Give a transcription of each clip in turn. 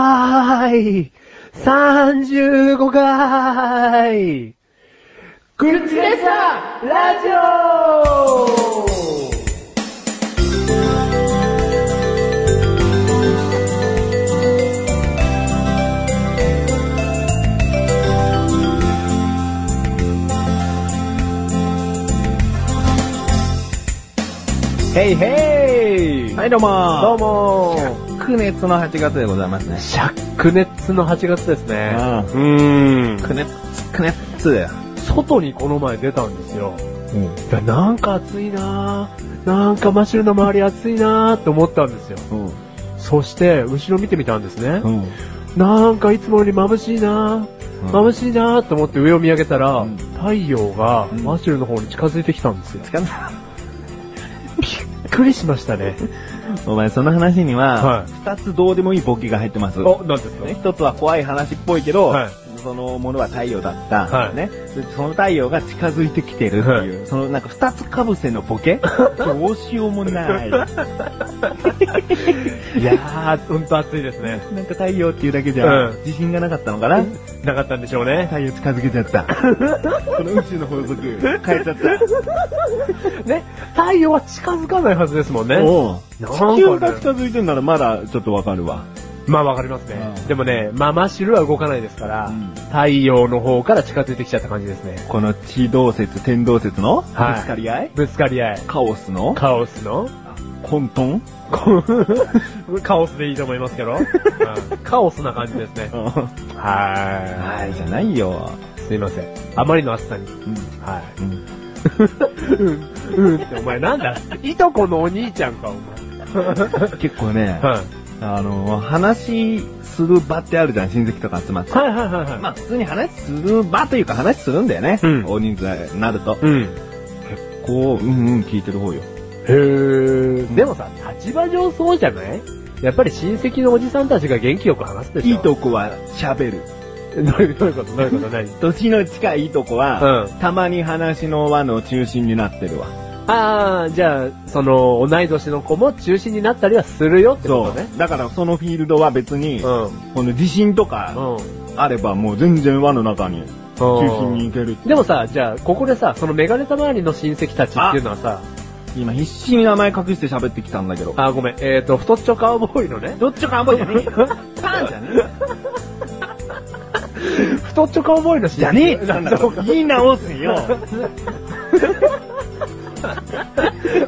第35回グルチレッサラジオヘイヘイはい、どうもーどうもーー苦熱の8月でございますね。灼熱の8月ですね。ああうー苦ん。熱、苦熱だよ。外にこの前出たんですよ。いやなんか暑いなぁ。なんかマシュルの周り暑いなぁって思ったんですよ。うん。そして、後ろ見てみたんですね。うん。なんかいつもより眩しいなぁ。眩しいなーって思って上を見上げたら、うん太陽がうんマシュルの方に近づいてきたんですよ。つかなびっくりしましたね。お前、その話にはは、い二つどうでもいいボケが入ってます。お、なんですかね一つは怖い話っぽいけどはい、そのものは太陽だったは。いね。でその太陽が近づいてきてるっていう、そのなんか二つかぶせの ボケどうしようもない。なんかいやー、ほんと暑いですね。太陽っていうだけじうゃん、自信がなかったのかななかったんでしょうね。太陽近づけちゃ った。この宇宙の法則、変えちゃった。ね、太陽は近づかないはずですもんね。おうなんかね地球が近づいてんならまだちょっとわかるわ。まあわかりますねう。んでもね、まあマシュルは動かないですから、うん太陽の方から近づいてきちゃった感じですね。この地動説、天動説のぶつはいかり合いぶつかり合い。カオスのカオスの混沌こうカオスでいいと思いますけ ど、うんカオスな感じですね。ははい、じゃないよ。い。すいません。あまりの暑さに。はい。うんうん、うんって、お前なんだ いとこのお兄ちゃんか、お前。結構ね、はい。あの、話する場ってあるじゃん、親戚とか集まって。はいはいはいはい。まあ普通に話する場というか話するんだよね。うん大人数になると。うん。こう、うんうん聞いてる方よ。へー。でもさ、立場上そうじゃないやっぱり親戚のおじさんたちが元気よく話すでしょ。いい。とこは喋る。どういうどういうこと どういうこと何年の近いいとこは、うん。たまに話の輪の中心になってるわ。あー、じゃあ、その、同い年の子も中心になったりはするよってことそね。う。だからそのフィールドは別に、うん。この地震とかうん。あればもう全然輪の中に、中心に行ける。でもさ、じゃあ、ここでさ、そのメガネた周りの親戚たちっていうのはさ、今必死に名前隠して喋ってきたんだけど。あー、ごめん、えーと、太っちょカウボーイのね、どっちかあんまりじゃねえ よ。パンじゃねえよ。太っちょカウボーイの親戚じゃねえって言ったん だろ。 言い直すよ。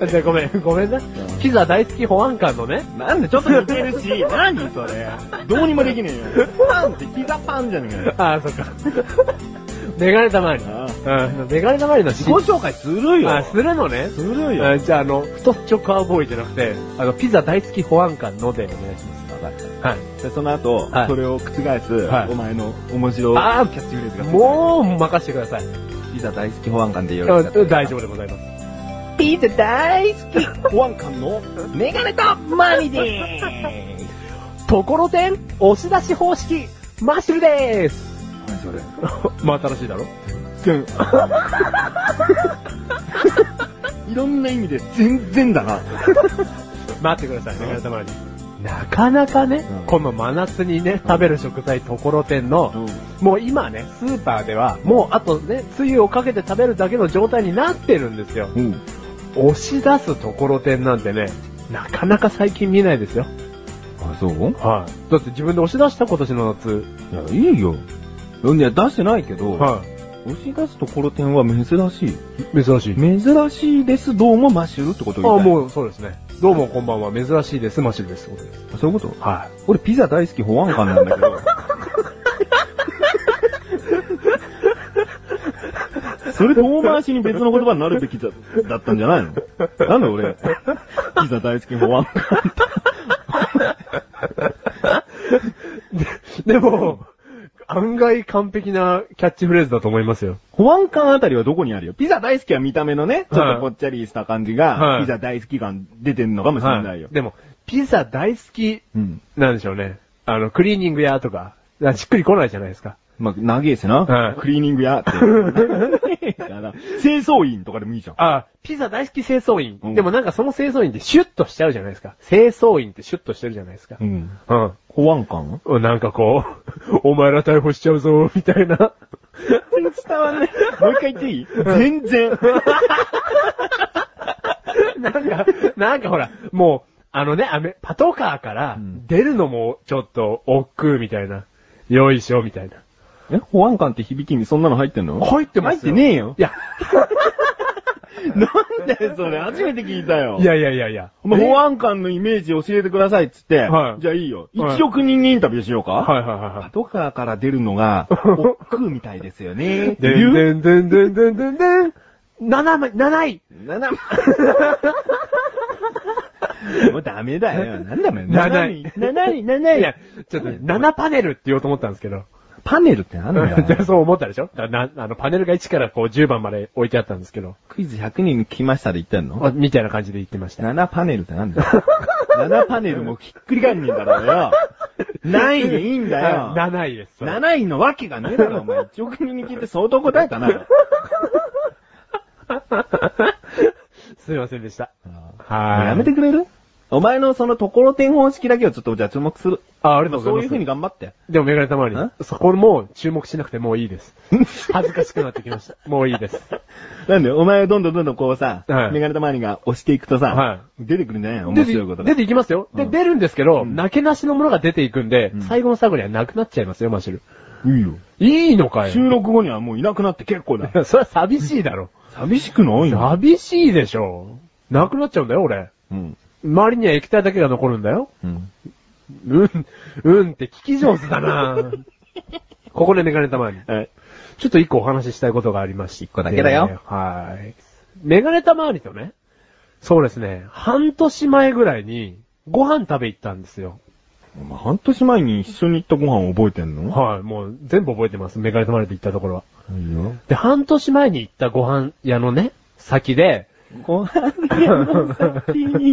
じゃあごめん、ごめんな。キザ大好き保安官のね、なんでちょっと似てる し、何それ。どうにもできねえよ。パンってピザパンじゃねえよ。ああ、そっか。 メガネたまり。あうん、メガネたまりの自自己紹介するよ。あ、するのね。するよ。あじゃあ、あの、太っちょカウボーイじゃなくて、あの、ピザ大好き保安官のでお願いしまわかったす。はい。でその後、はいそれを覆す、はいお前の面白いあーキャッチフレーズがついてる。もう、任せてください。ピザ大好き保安官でよろしかったうんら大丈夫でございます。ピザ大好き保安官のメガネとマニでーすところてん、押し出し方式、マッシュルでーす。何それまあ、楽しいだろ いろんな意味で全然だな。待ってください、メガネたまり。なかなかね、うんこの真夏にね、食べる食材、ところてんの、もう今ね、スーパーでは、もうあとね、つゆをかけて食べるだけの状態になってるんですよ。うん。押し出すところてんなんてね、なかなか最近見ないですよ。あ、そうはい。だって自分で押し出した今年の夏。いや、いいよ。いや、出してないけど、は押し出すところてんは珍しい。い。珍しい。珍しいです、どうもマッシュルってことあ、を言いたい。う。もうそうですね。どうもこんばんは、珍しいです、マシルです。ってことですそういうことは俺ピザ大好き保安官なんだけ ど。それ遠回しに別の言葉になるべきだだったんじゃないのなんで俺、ピザ大好き保安官い。でも、案外完璧なキャッチフレーズだと思いますよ。保安官あたりはどこにあるよピザ大好きは見た目のね、ちょっとぽっちゃりした感じが、はいピザ大好き感出てんのかもしれないよ。でも、ピザ大好きうん。なんでしょうね。あの、クリーニング屋とか、あしっくり来ないじゃないですか。まあ、長えしな、はいクリーニング屋って。だから清掃員とかでもいいじゃん。あ、ピザ大好き清掃員、うんでもなんかその清掃員ってシュッとしちゃうじゃないですか。清掃員ってシュッとしてるじゃないですか。うん。うん。保安官なんかこう、 お前ら逮捕しちゃうぞ、みたいな。 伝わんない。もう一回言っていい全然。なんか、なんかほら、もう、あのね、アメパトカーからうん出るのもちょっと億劫みたいな。よいしょ、みたいな。え、保安官って響きにそんなの入ってんの入ってますよ入ってねえよい。や、なんだよ、それ。初めて聞いたよ。いやいやいやいや。お前え保安官のイメージ教えてくださいっつって、はいじゃあいいよ。はい1億人にインタビューしようか、はいはいはいはパトカーから出るの が、億劫みたいですよね。い。で言んうでんでんでんでんでんでん。7枚、7位七 もうダメだよ。なんだもん。七七位位。七位、七い位や。、ちょっとね、7パネルって言おうと思ったんですけど。パネルってなん だじゃあ よ。そう思ったでしょだなあの、パネルが1からこう10番まで置いてあったんですけど。クイズ100人来ましたで言ってんのあみたいな感じで言ってました。 ?7 パネルってなんだ よ。7パネルもひっくり返んねえんだろうよ。何位でいいんだ よ。 7位です。 7位のわけがねえだ ろ、お前。1億人に聞いて相当答えた な。すいませんでした。ははいい。やめてくれるお前のそのところてん方式だけをちょっとじゃあ注目する。あ、ありがとうございそまうす。いう風に頑張って。でもメガネたまわりん、そこも注目しなくてもういい です。恥ずかしくなってきました。もういいです。なんで、お前はどんどんどんどんこうさ、はいメガネたまわりが押していくとさ、は出てくるんじゃないの面白いこと出が。ていきますよ。で、うん出るんですけど、なけなしのものが出ていくんで、うん最後の最後にはなくなっちゃいますよ、マシュル。いいよ。いいのかよ。収録後にはもういなくなって結構だ。 それは寂しいだろ。寂しくないよ。寂しいでしょ。なくなっちゃうんだよ、俺。うん。周りには液体だけが残るんだよ。うん。うん、うんって聞き上手だなここでメガネたまわり。はい。ちょっと一個お話ししたいことがありまして。一個だけだよ。はい。メガネたまわりとね、そうですね、半年前ぐらいにご飯食べ行ったんですよ。お前半年前に一緒に行ったご飯覚えてんのはい、もう全部覚えてます。メガネたまわりと行ったところは。いいよ。で、半年前に行ったご飯屋のね、先で、ご飯の先に。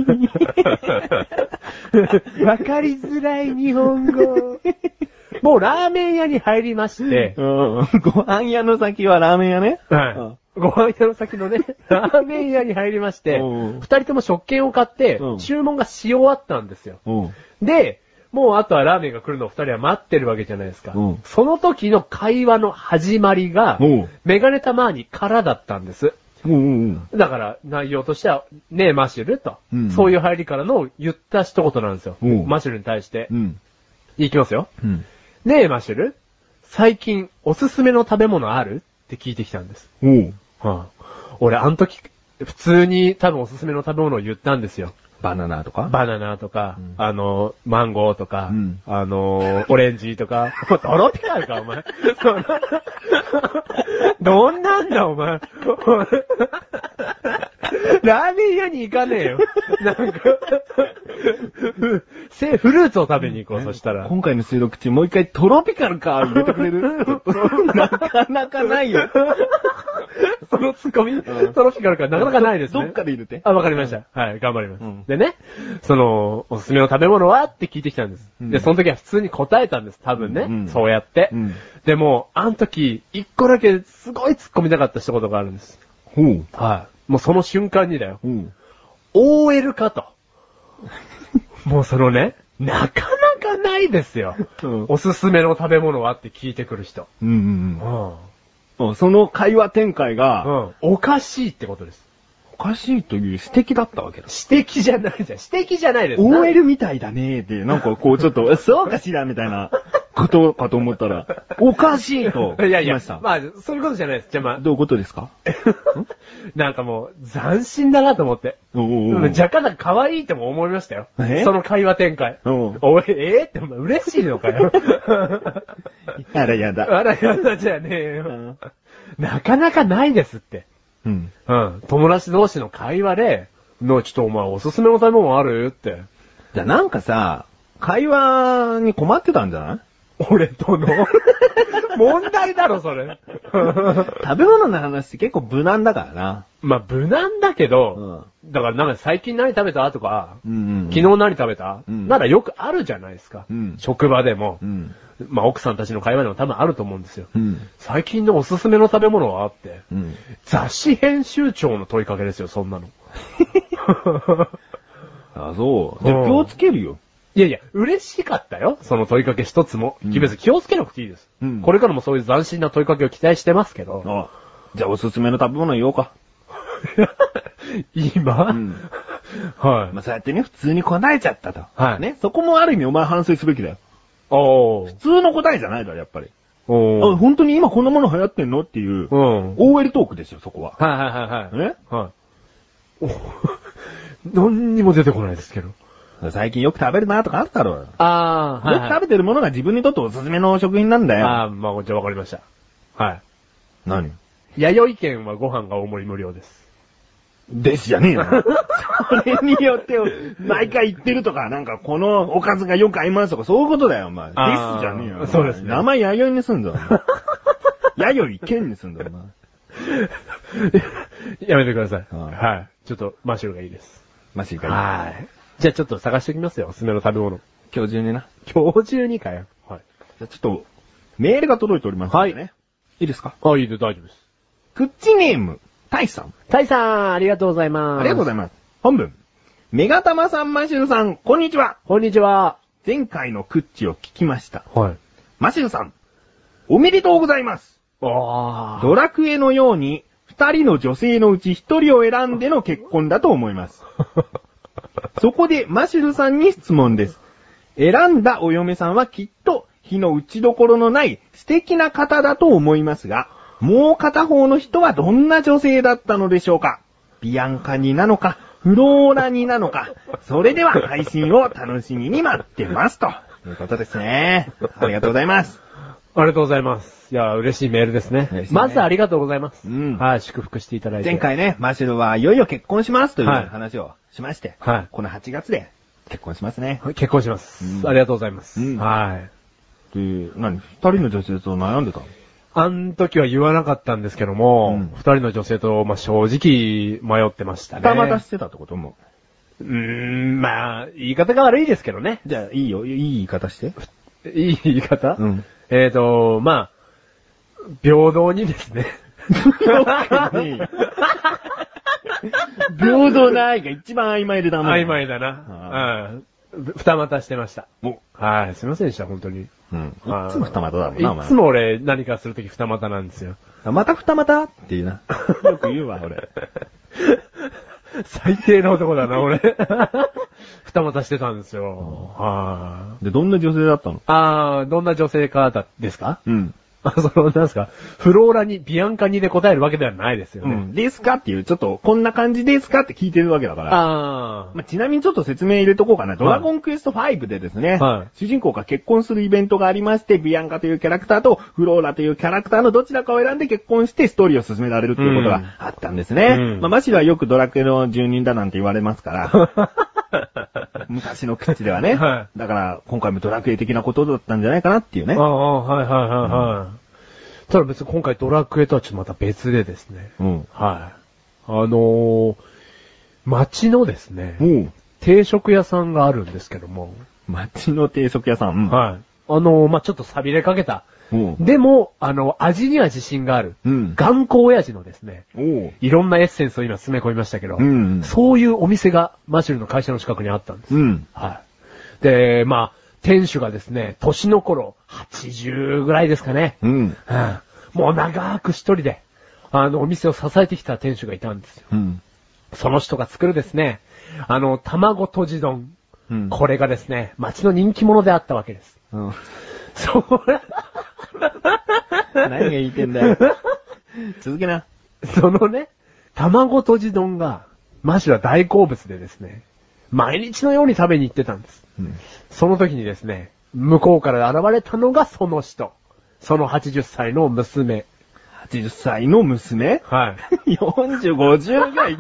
わかりづらい日本語。もうラーメン屋に入りまして、うん。ご飯屋の先はラーメン屋ね。はい。ご飯屋の先のね、ラーメン屋に入りまして、うんうん二人とも食券を買ってう、ん注文がし終わったんですよ。うん。うん。で、もうあとはラーメンが来るのを二人は待ってるわけじゃないですか。うんその時の会話の始まりがうん、メガネたまーにからだったんです。うんうんだから、内容としては、ねえ、マシュルと、うんそういう入りからの言った一言なんですよ。うんマシュルに対してう。ん。いきますよ。うん。ねえ、マシュル最近、おすすめの食べ物あるって聞いてきたんです。うん。はあ、俺、あの時、普通に多分おすすめの食べ物を言ったんですよ。バナナとかバナナとか、うんあの、マンゴーとか、うんあの、オレンジとか、 もうとろってあるか、お前。 そんなどんなんだ、お前。 ラーメン屋に行かねえよ。なんか、せ、フルーツを食べに行こう、そしたら。今回の収録中もう一回トロピカルカー入れてくれるちょっと なかなかないよ。そのツッコミ、トロピカルか、なかなかないですね。どっかで入れて。あ、わかりました。はい、頑張ります。うんでね、その、おすすめの食べ物はって聞いてきたんです。うんで、その時は普通に答えたんです、多分ね。うんそうやって。うんでも、あの時、一個だけすごい突っ込みたかった一言があるんです。ほう。はい。もうその瞬間にだよ。ほう。 OL か と。もうそのね、なかなかないですよ。うんおすすめの食べ物はって聞いてくる人。うんうんうん。うん。その会話展開うが、ん。おかしいってことです。おかしいという指摘だったわけだ。指摘じゃないじゃん。指摘じゃないです。 OL みたいだねーって、なんかこうちょっ と、えそうかしらみたいなことかと思ったら、おかしいと。いやいやまし、た。まあ、そういうことじゃないです。じゃあまあ、どういうことですか なんかもう、斬新だなと思って。おでうもおう若干なんか可愛いとも思いましたよえ。その会話展開。 うんおい、えー、って、お前嬉しいのか よ。あらやだ。あらやだじゃねえうよ。んなかなかないですって。うん。うん。友達同士の会話で、の、ちょっとお前おすすめの食べ物あるって。じゃあなんかさ、会話に困ってたんじゃ ない俺と の。問題だろ、それ。食べ物の話って結構無難だからな。まあ、無難だけど、ん。だからなんか最近何食べたとか、うん、うん。昨日何食べた、うんならよくあるじゃないですか。うん職場でも、うん。まあ奥さんたちの会話でも多分あると思うんですよ。うん。最近のおすすめの食べ物はあって、うん。雑誌編集長の問いかけ ですよ、そんなの。あ、そう。じゃうあん気をつけるよ。いやいや、嬉しかったよ。その問いかけ一つも。うん別に気をつけなくていいです、うんこれからもそういう斬新な問いかけを期待してますけど。 あじゃあおすすめの食べ物言おうか。今、うんはい、まあ、そうやってね、普通に答えちゃったと。はいね、そこもある意味お前反省すべきだよ。おー。普通の答えじゃないだろ、やっぱり。おあ、ー。本当に今こんなもの流行ってんのっていう、うん。はい OL トークですよ、そこは。はいはいはい。ねはい。お何にも出てこないですけど。最近よく食べるなとかあったろうよ。あー、はい、よく食はべてるものが自分にとっておすすめの食品なんだい。よ。あー、まあ、じゃあわかりました。はい。何弥生県はご飯が大盛り無料です。 ですじゃねえよ。それによって、毎回言ってるとか、なんかこのおかずがよく合いますとか、そういうことだよ、お前。ですじあーゃねえよ。そうですね名前弥生にすんぞ。お前弥生県にすんぞ、お前。やめてください。うんはい。ちょっと、マシュルがいいです。マジかよ。はい。じゃあちょっと探してきますよ、おすすめの食べ物。今日中にな。今日中にかよ。はい。じゃあちょっと、メールが届いておりますのでね。はい。いいですかあ、いいで大丈夫です。クッチネーム、タイさん。タイさん、ありがとうございます。ありがとうございいます。本文。メガタマさん、マシュルさん、こんにちは。ます。こんにちは。前回のクッチを聞きました。はい。マシュルさん、おめでとうございます。あドラクエのように、二人の女性のうち一人を選んでの結婚だと思います。そこで、マシュルさんに質問です。選んだお嫁さんはきっと、日の打ちどころのない素敵な方だと思いますが、もう片方の人はどんな女性だったのでしょうかビアンカになのか、フローラになのか、それでは配信を楽しみに待ってます。ということですね。ありがとうございます。ありがとうございます。いや、嬉しいメールですね。嬉しいねまずありがとうございます。うんはい、祝福していただいて。前。回ね、マシュルはいよいよ結婚しますというはい話をしまして、はいこの8月で結婚しますね。結婚します、うんありがとうございます。うんはい。という、何二人の女性と悩んでたのあの時は言わなかったんですけども、う二、ん人の女性と、まあ、正直迷ってましたね。二股してたってことも。うーん、まあ、言い方が悪いですけどね。じゃあ、いいよ、いい言い方して。いい言い方 うん。えーと、まあ、平等にですね。平等な愛が一番曖昧でダメ。 曖昧だな。うん。二股してました。もはい、すいませんでした、本当に。う。うん。いはいつも二股だもんな、おい前つ。も俺、何かするとき二股なんですよ。 また二股っていうな。よく言うわ、俺。最低な男だな、俺。 二股してたんですよ。はい。で、どんな女性だったのあー、どんな女性かだ、ですか うん。あ、その、なんすか、フローラに、ビアンカにで答えるわけではないですようね。ん。ですかっていう、ちょっと、こんな感じですかって聞いてるわけだから。あー。まあ、ちなみにちょっと説明入れとこうかな。ドラゴンクエスト5でですね、はい主人公が結婚するイベントがありまして、ビアンカというキャラクターとフローラというキャラクターのどちらかを選んで結婚してストーリーを進められるっていうことがあったんですね。うんまあ、マシルはよくドラクエの住人だなんて言われますから。昔の口ではね。はだから、今回もドラクエ的なことだったんじゃないかなっていうねあ。あ、はいはいはいはい。ただ別に今回ドラクエとはちょっとまた別でですね。うん。はい。あのー、街のですね、もう、定食屋さんがあるんですけども、街の定食屋さん。うんはい。あのー、まあ、ちょっと錆びれかけた。うんでも、あの、味には自信がある。うん頑固親父のですね、おういろんなエッセンスを今詰め込みましたけど、うんそういうお店がマシュルの会社の近くにあったんです。うん。はい。で、まあ、店主がですね、年の頃、80ぐらいですかね。うん。うんもう長く一人で、あの、お店を支えてきた店主がいたんですよ。うん。その人が作るですね、あの、卵とじ丼。うんこれがですね、町の人気者であったわけです。うん。そら、 何が言いてんだよ。続けな。 そのね、卵とじ丼が、マシュは大好物でですね、毎日のように食べに行ってたんです。その時にですね、向こうから現れたのがその人。その80歳の娘。 80歳の 娘はい。 ?40、50ぐらい。い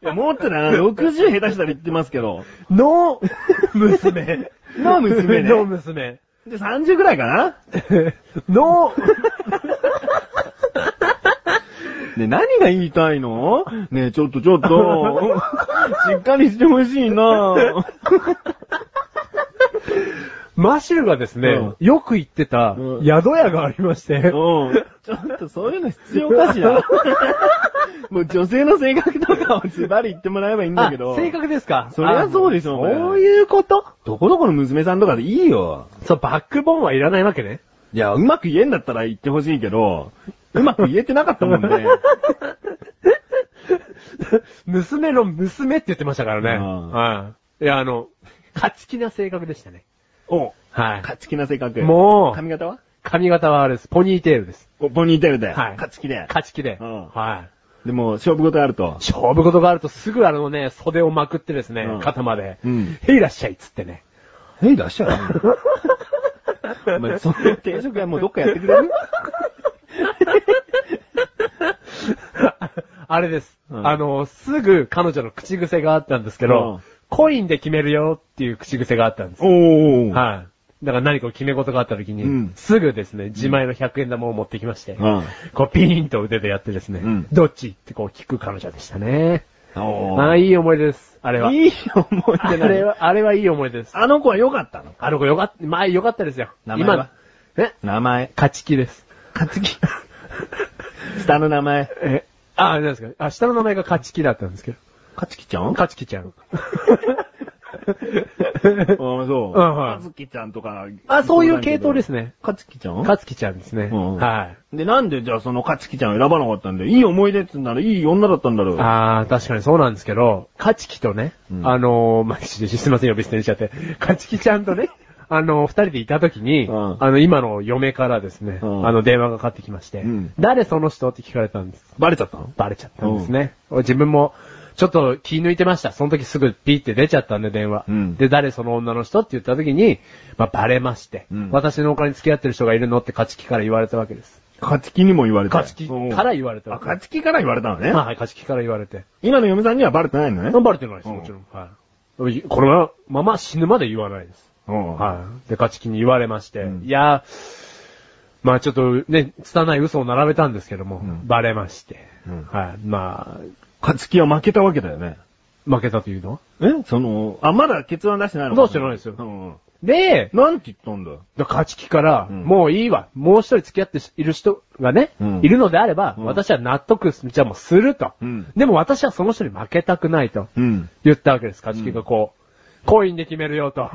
や、もっとな、60下手したら言ってますけど。の、娘。 の娘 ねの娘。で、30ぐらいかなの、ね、何が言いたいのねちょっとちょっ と、しっかりしてほしいなマシルがですね、うんよく行ってたうん宿屋がありまして、 うん。ちょっとそういうの必要かしらもう女性の性格とかをズバリ言ってもらえばいいんだけど。あ正確ですかそりゃそうでしょあうねそういうことどこどこの娘さんとかでいいよ。そう、バックボーンはいらないわけね。いや、うまく言えんだったら言ってほしいけど、うまく言えてなかったもんね。 娘の娘って言ってましたからね。うんはい。いや、あの、勝ち気な性格でしたね。おはい。勝ち気な性格。もう髪型は髪型はあれです。ポニーテールです。おポニーテールで。はい勝ち気で。勝ち気で。うんはい。でも、勝負事あると。勝負事があるとすぐあのね、袖をまくってですね、うん肩まで。うんへいらっしゃいっつってね。 え、出しちゃう お前、その定食屋もうどっかやってくれるあれです、うんあの、すぐ彼女の口癖があったんですけど、うんコインで決めるよっていう口癖があったんです。おー。はい。だから何か決め事があった時に、うんすぐですね、自前の100円玉を持ってきまして、うんこうピーンと腕でやってですね、うんどっちってこう聞く彼女でしたね。おああ、いい思い出です。あれは。いい思いあ出なれい。は、あれはいい思い出です。あの子は良かったのあの子よかった、まあよかったですよ。名前は今、え名前。勝ち気です。勝ち気。 下の名前。え、あ、なんですかあ、下の名前が勝ち気だったんですけど。勝ち気ちゃん勝ち気ち ゃん。あそう。うんはいかつきちゃんとか。あ、そういう系統ですね。ね。かつきちゃん勝ち気ちゃんですね。うんはい。で、なんでじゃあそのかつきちゃんを選ばなかったんだよ。いい思い出ってならいい女だったんだろう。あー、確かにそうなんですけど、カチキとね、うんあのー、まあ、すいません、呼び捨てにしちゃって、カチキちゃんとね、あのー、二人でいた時に、うんあの、今の嫁からですね、うんあの、電話がかかってきまして、うん誰その人って聞かれたんです。バレちゃったのバレちゃったんですね。自分も、ちょっと気抜いてました。その時すぐピーって出ちゃったんで、電話。うんで、誰その女の人って言った時に、まあ、バレまして、うん私の他に付き合ってる人がいるのってカチキから言われたわけです。かつきにも言われた。カチキから言われたあ、わけかつきから言われたのね。はい、カチキから言われて。今の嫁さんにはバレてないのね。バレてないです、うんもちろん。はい。このまま死ぬまで言わないです。うんはい。で、勝ち気に言われまして、うんいやー、まあちょっとね、拙い嘘を並べたんですけども、んバレまして、うんはい。ま勝つ気は負けたわけだよね。あ負けたというのはえその、あ、まだ決断出してないの出してないですようんうんで、なんて言ったんだよ。だ勝ち気から、うんもういいわ、もう一人付き合っている人がね、うんいるのであれば、うん私は納得す、じゃあもうすると、うんでも私はその人に負けたくないと。うん。言ったわけです、勝ち気がこう。コインで決めるよ と。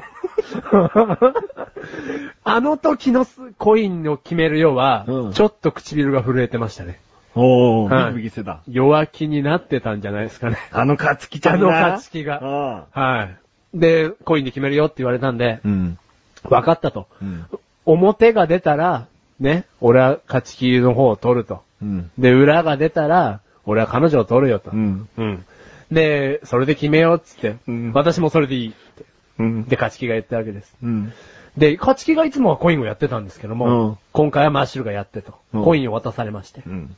あの時のすコインを決めるよは、うんちょっと唇が震えてましたね。おはいー、ビクビクしてた。弱気になってたんじゃないですかね。あの勝つ気ちゃんあの勝つ気が。はい。で、コインで決めるよって言われたんで、うん。分かったと。うん。表が出たら、ね、俺は勝ち気の方を取ると。うん。で、裏が出たら、俺は彼女を取るよと。うん。うんで、それで決めようっつって、うん私もそれでいいって。うん。で、勝ち気が言ったわけです。うん。で、勝ち気がいつもはコインをやってたんですけども、うん今回はマッシュルがやってと、うんコインを渡されまして、うん。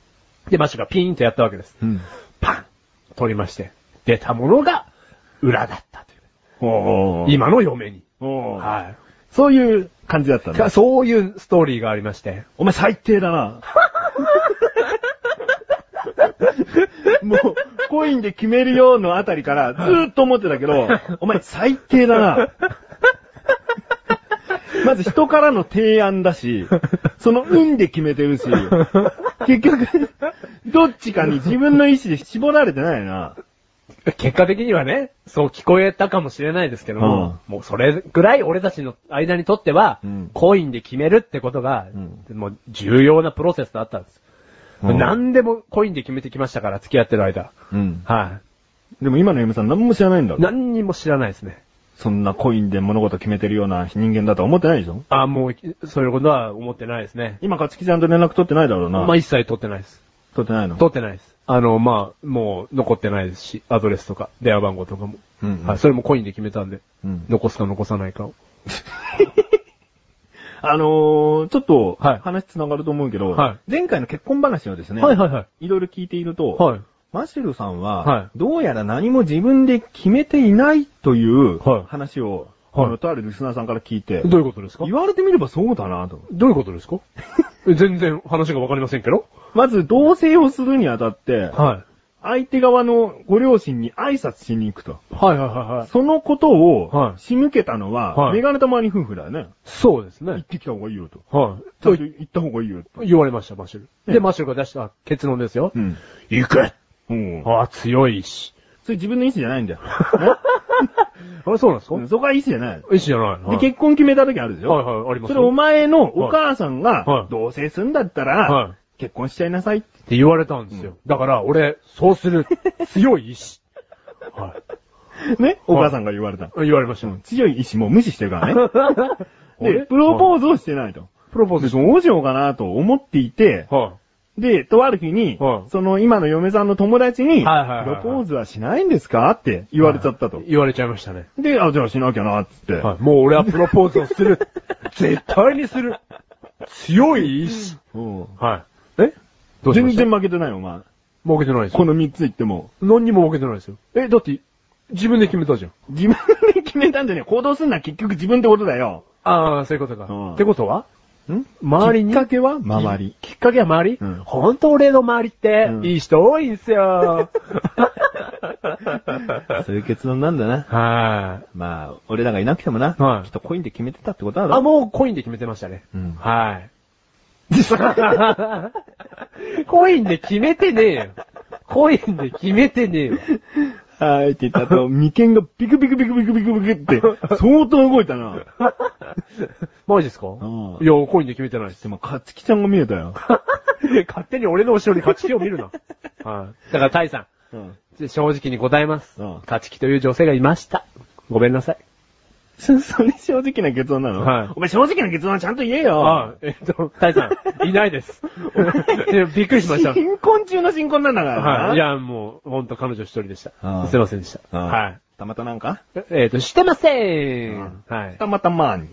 で、マッシュルがピーンとやったわけです。うん。パン取りまして、出たものが裏だったという。おー。。今の嫁に。おー。はそういう感じだったんい。だ。そういうストーリーがありまして。お前最低だ な。もう、コインで決めるよのあたりからずーっと思ってたけど、お前最低だな。まず人からの提案だし、その運で決めてるし、結局、どっちかに自分の意思で絞られてないな。結果的にはね、そう聞こえたかもしれないですけども、もうそれぐらい俺たちの間にとっては、うんコインで決めるってことが、うもう重要なプロセスだったんです。うん何でもコインで決めてきましたから、付き合ってる間。うん。はい。でも今の嫁さん何も知らないんだろ。何にも知らないですね。そんなコインで物事決めてるような人間だとは思ってないでしょあもう、そういうことは思ってないですね。今、勝木ちゃんと連絡取ってないだろうな。まあ一切取ってないです。取ってないの取ってないです。あの、まあ、もう残ってないですし、アドレスとか、電話番号とかも。うんうんはい、それもコインで決めたんで、うん残すか残さないかを。あのー、ちょっと、はい話つながると思うけど、は前回の結婚話をですね、。はいはいはいろいろ聞いていると、はいマシルさんは、はいどうやら何も自分で決めていないというはい話を、はいあのとあるリスナーさんから聞いて、どういうことですか言われてみればそうだなと。どういうことです か全然話がわかりませんけど。まず、同棲をするにあたって、は相手側のご両親に挨拶しに行くと。はいはいはいはい。そのことをは、い仕向けたのは、はいメガネたまに夫婦だよね。そうです行ねっ。てきた方がいいよと。はい。ちゃとんと行った方がいいよと。言われました、マシュル。ええで、マシュルが出した結論ですよ。ん。行くうん。ああ、強いし。それ自分の意思じゃないんだよ。あれ、そうなんですかうんそこは意思じゃない。意思じゃないので、結婚決めた時あるでしょはいはいありますそよれお前のお母さんが、はい同棲するんだったら、はい結婚しちゃいなさいって。って言われたんですよ。だから、俺、そうする。強い意 志。はい。ね、お母さんが言われた。言われ ました。強い意志もう無視してるからね。で、で、プロポズ、ーズをしてないと。プロポーでズ。どうしようかなと思っていて、はで、とある日に、はいその今の嫁さんの友達に、はいはいはいはいプロポーズはしないんですかって言われちゃったと。い。言われちゃいましたね。で、あ、じゃあしなきゃな、つって。はい。もう俺はプロポーズをす る。絶対にする。強い意志。うんはい。えどうしま全した然負けてないよ、お前。儲けてないですこよ。の3つ言っても。何にも儲けてないですよ。え、だって、自分で決めたじゃん。自分で決めたんじゃねえ。行動すんな、結局自分ってことだよ。ああ、そういうことうんか。ってことはん周りにきっかけは周り。きっかけは周りうんほんと俺の周りってう、んいい人多いんす よ。 そういう結論なんだな。はい。まあ、俺らがいなくてもな。はいきっとコインで決めてたってこと だろ。あ、もうコインで決めてましたね。うん はい。コインで決めてねえよ。コインで決めてねえよ。 はーいって言った後、眉間がビクビクビクビクビクビクって、 相当動いたな。マジですかんいや、コインで決めてないですで。も、かつきちゃんが見えたよ。 勝手に俺の後ろに勝ち気を見るな。はい。だから、タイさうん。ん、正直に答えます。うん勝ち気という女性がいました。ごめんなさい。 そ、それ正直な結論なのはいお前正直な結論はちゃんと言えよ。あえっと、タイさん、いない です。びっくりしま した。新婚中の新婚なんだからな。はい。いや、もう、ほんと彼女一人でしたあ。ーすいませんでした。うん。はい。たまたなんかええっと、してませんうんはい。たまたま に。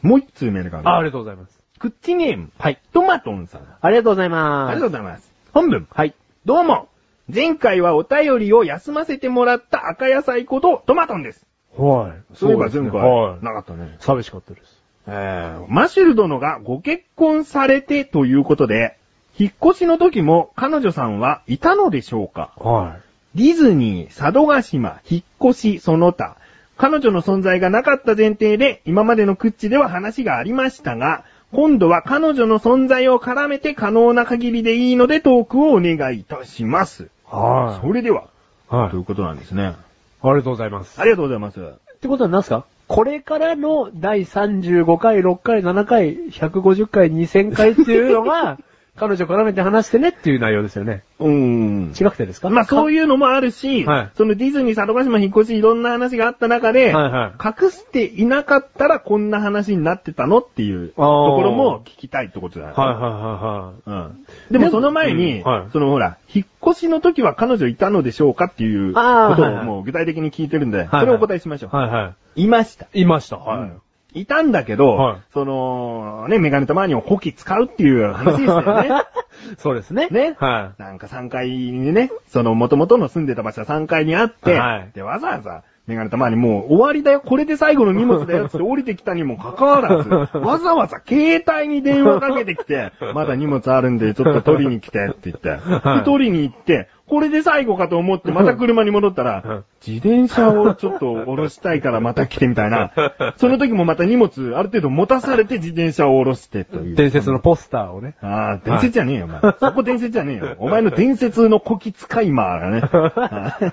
もう一通メールがある。あありがとうございます。クッチネーム。はい。トマトンさん。ありがとうございあまりがとす。うございます。本文。はい。どうも。前回はお便りを休ませてもらった赤野菜ことトマトンです。はい。そういえば前回、はい。なかったね。寂しかったです。えー、マシュル殿がご結婚されてということで、引っ越しの時も彼女さんはいたのでしょうかはディズニー、佐渡島、引っ越し、その他。彼女の存在がなかった前提で、今までのクッチでは話がありましたが、今度は彼女の存在を絡めて可能な限りでいいのでトークをお願いいたします。い。はそれでは、い。はい。あといりうことなんですね。がとうございます。ありがとうございます。ってことは何すかこれからの第35回、6回、7回、150回、2000回っていうの は、彼女絡めて話してねっていう内容ですよね。うーん。違くてですかまあそういいうのもあるし、はいそのディズニー、佐渡島、引っ越し、いろんな話があった中で、はいはい隠していなかったらこんな話になってたのっていうところも聞きたいってことだよね。はいはいはうんでもその前に、うんはいそのほら、引っ越しの時は彼女いたのでしょうかっていうこあーとはいをはいもう具体的に聞いてるんで、いはいそれをお答えしましょい。う。、はいはいました。い。いました。うはいん。いたんだけど、はいその、ね、メガネたまにをホキ使うっていう話でしたよね。 そうですね。ねはなんか3階にね、その元々の住んでた場所は3階にあって、はいで、わざわざ、メガネたまにもう終わりだよ、これで最後の荷物だ よっつって降りてきたにもかかわらず、わざわざ携帯に電話かけてきて、まだ荷物あるんでちょっと取りに来てって言って、はいで取りに行って、これで最後かと思ってまた車に戻ったら、自転車をちょっと降ろしたいからまた来てみたいな。その時もまた荷物ある程度持たされて自転車を降ろしてといい。う。伝説のポスターをね。ああ、伝説じゃねえよ、お前。そこ伝説じゃねえよ。お前の伝説のこき使いまーがね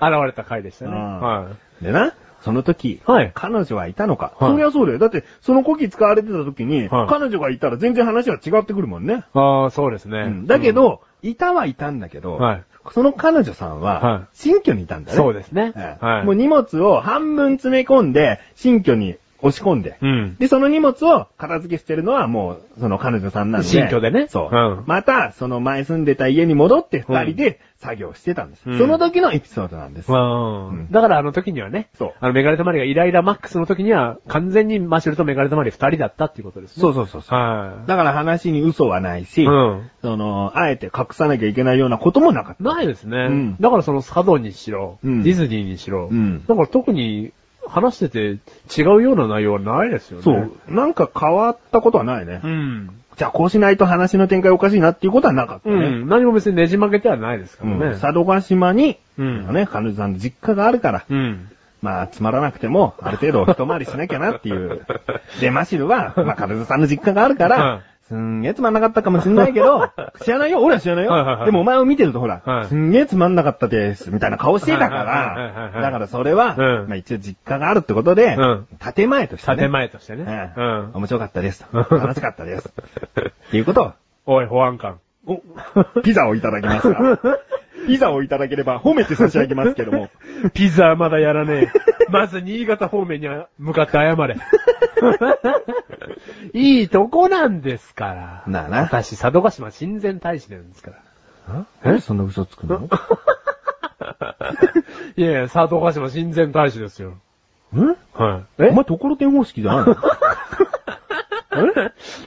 あ現れた回でしたね。あは。 でな、その時、はい彼女はいたのか。はいそりゃそうだよ。だって、そのこき使われてた時に、はい彼女がいたら全然話は違ってくるもんね。い。ああ、そうですね。うんだけど、いたはいたんだけど、はいその彼女さんは、はい新居にいたんだね。そうですねええはいもう荷物を半分詰め込んで、新居に押し込んで、うんで、その荷物を片付けしてるのはもう、その彼女さんなんで。新居でねそう。うんまた、その前住んでた家に戻って二人で作業してたんです、うんその時のエピソードなんです。うんうんだからあの時にはね、そうあのメガネたまりがイライラマックスの時には完全にマシュルとメガネたまり二人だったっていうことですね。そうそうそうそう。はだから話に嘘はないし、うんその、あえて隠さなきゃいけないようなこともなかっい。た。ないですね。うんだからその佐渡にしろ、うんディズニーにしろ、うんだから特に話してて違うような内容はないですよね。そう。。なんか変わったことはないね。うん。じゃあこうしないと話の展開おかしいなっていうことはなかったうね。ん。何も別にねじ曲げてはないですからうんね。佐渡島に、うんね、彼女さんの実家があるから、うん。まあ、つまらなくても、ある程度一回りしなきゃなって いう。で、マシルは、まあ、カルさんの実家があるから、すんげえつまんなかったかもしんないけど、知らないよ、俺は知らないよ。はいはいはいでもお前を見てるとほら、はいすんげえつまんなかったです、みたいな顔してたから、はいはいはいはいだからそれは、うんまあ一応実家があるってことで、うん建前としてね。建前としてね。ううんん。面白かったです と。楽しかったです。っていうことをおい、保安官。お、ピザをいただきます が、ピザをいただければ褒めて差し上げますけども、ピザはまだやらねえ。まず新潟方面に向かって謝 れ。いいとこ なんですから。なあな私、佐渡島親善大使なんですから。えそんな嘘つ くのいやいや、佐渡島親善大使ですよ。んはえお前ところてん方式じゃないのい。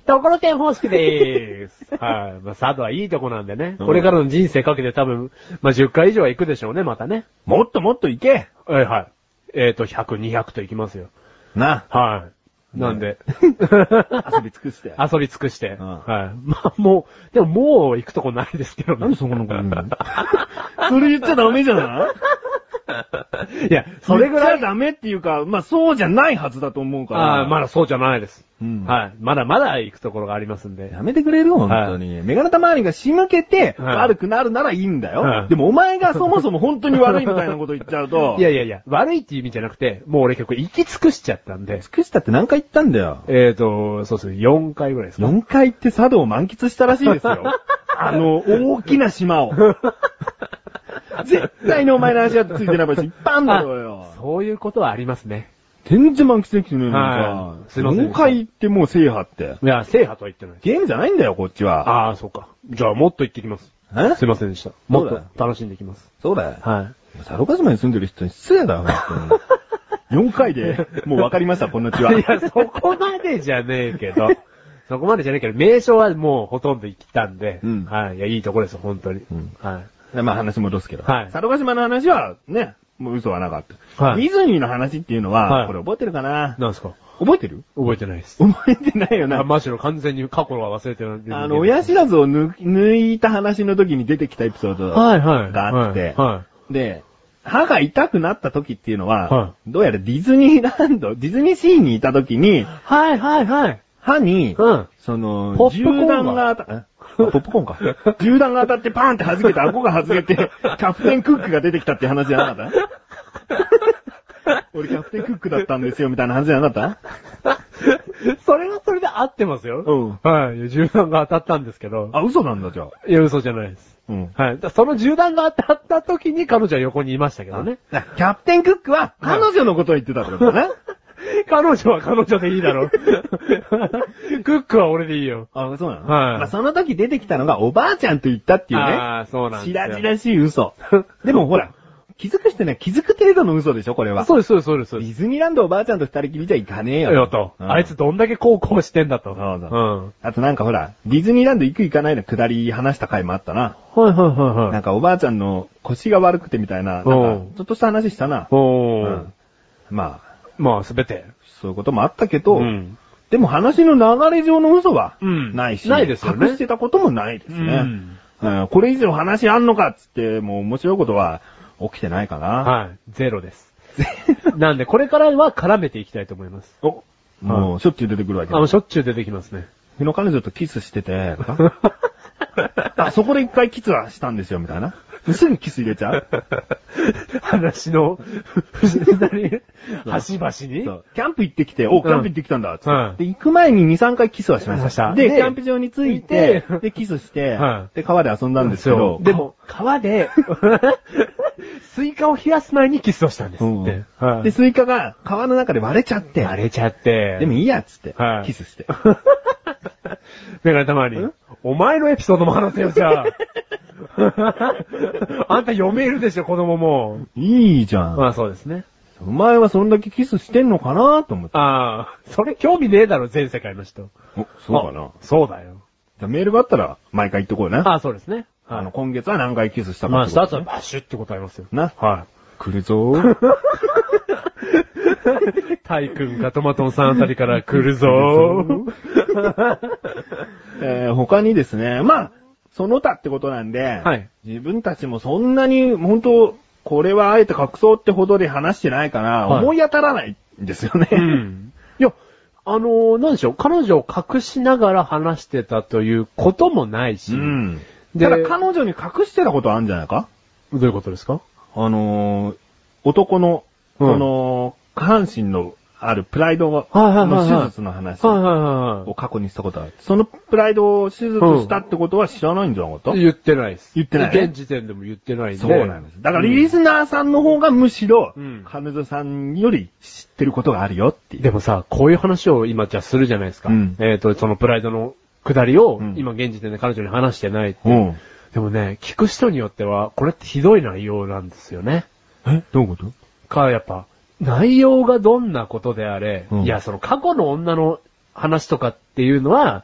ところてん方式でーす。はい。まあ、佐渡はいいとこなんでね。うんこれからの人生かけて多分、まあ、10回以上は行くでしょうね、またね。 もっともっといけはいはい。えっ、と、100、200と行きますよ。なはい。なんで。あ、遊び尽くして。遊び尽くして。うんはい。 まあ、もう、でももう行くとこないですけどね。なんでそこの子に それ言っちゃダメじゃない いや、それぐら言っいちゃ。ダメっていうか、まあそうじゃないはずだと思うから。ああ、まだそうじゃないです。うんはい。まだまだ行くところがありますんで。やめてくれる本当に。メガネタ周りが仕向けて、はい悪くなるならいいんだよ。はい。でもお前がそもそも本当に悪いみ たいなこと言っちゃうといやいやいや、悪いっていう意味じゃなくて、もう俺結構行き尽くしちゃったんで。尽くしたって何回言ったんだよ。えーと、そうですね、4回ぐらいですか。 4回行って佐渡を満喫したらしいです よ。あの、大きな島 を。絶対にお前の足がついてない場所いっぱいあんだろうよあ。そういうことはありますね。全然満喫できてねえのはか。いすいません4回行ってもう制覇って。いや、制覇とは言ってない。ゲームじゃないんだよ、こっちは。ああ、そうか。じゃあ、もっと行ってきます。えすいませんでした。もっと楽しんできます。そうだよ。はい。佐渡島に住んでる人に失礼だよ、本当 に4回で、もう分かりました、こんな地は。いや、そこまでじゃねえけ ど。そこまでじゃねえけど、名称はもうほとんど行ったんで。うんはい。いや、いいとこですよ、本当に。んはい。まあ話戻すけど。はい佐渡島の話は、ね、もう嘘はなかった。はいディズニーの話っていうのは、はいこれ覚えてるかななんですか覚えてる覚えてないです。覚えてないよな。マシロ完全に過去は忘れてる。あの、親知らずを抜き抜いた話の時に出てきたエピソードはいはい。があって、はで、歯が痛くなった時っていうのは、はどうやらディズニーランド、ディズニーシーにいた時に、い。はいはいはい。歯に、うんそのポ、ップコーン銃が弾が当た、えポップコーンか。 銃弾が当たってパーンって弾 けて、顎が外れて、キャプテンクックが出てきたって話じゃなかった 俺キャプテンクックだったんですよ、みたいな話じゃなかった それはそれで合ってますよ。うんはいいや。銃弾が当たったんですけど。あ、嘘なんだ、じゃあ。いや、嘘じゃないです。うん。はい。だその銃弾が当たった時に彼女は横にいましたけどね。あキャプテンクックは、彼女のことを言ってたってことだね。 彼女は彼女でいいだ ろ。クックは俺でいいよ。あ、そうなのはいまあ、その時出てきたのがおばあちゃんと言ったっていうね。ああ、そうなんですしよらじらしい嘘。 でもほら、気づく人には気づく程度の嘘でしょ、これは。そうです、そうです、そうです。ディズニーランドおばあちゃんと二人きりじゃ行かねえよ。よと。うんあいつどんだけ高校してんだと。そうそううん。あとなんかほら、ディズニーランド行く行かないの下り話した回もあったな。はいはいはいなはんい。かおばあちゃんの腰が悪くてみたいな、なんかうんちょっとした話したな。おうー。んまあ、まあ、すべて。そういうこともあったけど、うんでも話の流れ上の嘘はうんないし、ないですよね隠してたこともないですね。うんうんこれ以上話あんのかっつって、もう面白いことは起きてないかな。はい。ゼロ です。なんで、これからは絡めていきたいと思います。おもうしょっちゅう出てくるわけあの、しょっちゅう出てきます ね。昨日彼女とキスしてて、 あ、そこで一回キスはしたんですよ、みたいな。すぐキス入れちゃう話 の、藤谷、端々にそうキャンプ行ってきて、お、キャンプ行ってきたんだ、つってうんで、行く前に2、3回キスはしました。しましたで、でキャンプ場に着いてで、で、キスして、うんで、川で遊んだんですけそどう、でも、川 で、スイカを冷やす前にキスをしたんですうんって。はいで、スイカが川の中で割れちゃって、バレちゃって。でもいいや、つっては、いキスして。メガネたまにん、お前のエピソードも話せよ、じ ゃあ。あんた嫁いるでしょ、子供も。いいじゃん。まあそうですね。お前はそんだけキスしてんのかなと思って。ああ、それ興味ねえだろ、全世界の人。おそうかなあそうだよ。じゃあメールがあったら、毎回言ってこうよな。ああ、そうですね。あの、はい。今月は何回キスしたまかあ、ってスこターとトはね。 バシュって答えますよ。な。は来るぞー。 タイ君かトマトンさんあたりから来るぞ えー他にですね、まあ、その他ってことなんで、はい自分たちもそんなに、本当これはあえて隠そうってほどで話してないから、はい思い当たらないんですよね。 うん。いや、あのーなんでしょう、彼女を隠しながら話してたということもないし、うんでただ彼女に隠してたことあるんじゃないかどういうことですかあのー男の、うんその、下半身のあるプライドのはいはいはいはい手術の話はいはをいはいは過去にしたことある。そのプライドを手術したってことは知らないんじゃなかった、い。言ってないです。言ってない現時点でも言ってないんで。そうなんです。だからリスナーさんの方がむしろうん、彼女さんより知ってることがあるよっていう。でもさ、こういう話を今じゃあするじゃないですか。うんえっ、と、そのプライドの下りを、うん今現時点で彼女に話してないって。うん。でもね、聞く人によっては、これってひどい内容なんですよね。えどういうことか、やっぱ、内容がどんなことであれ、うんいや、その過去の女の話とかっていうのは、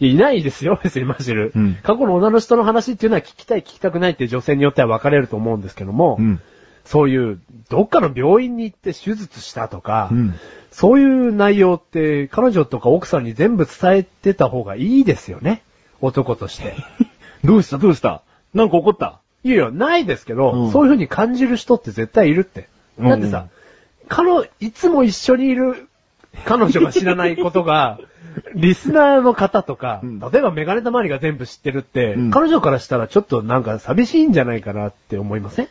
いないですよ、 別にマシル。うん過去の女の人の話っていうのは聞きたい聞きたくないっていう女性によっては分かれると思うんですけども、うん。そういう、どっかの病院に行って手術したとか、うんそういう内容って彼女とか奥さんに全部伝えてた方がいいですよね。男と して。どうしたどうしたなんか怒ったいやいや、ないですけど、うんそういう風に感じる人って絶対いるって。うんだってさ、彼女、いつも一緒にいる彼女が知らないこと が、リスナーの方とか、うん例えばメガネたまりが全部知ってるって、うん彼女からしたらちょっとなんか寂しいんじゃないかなって思いません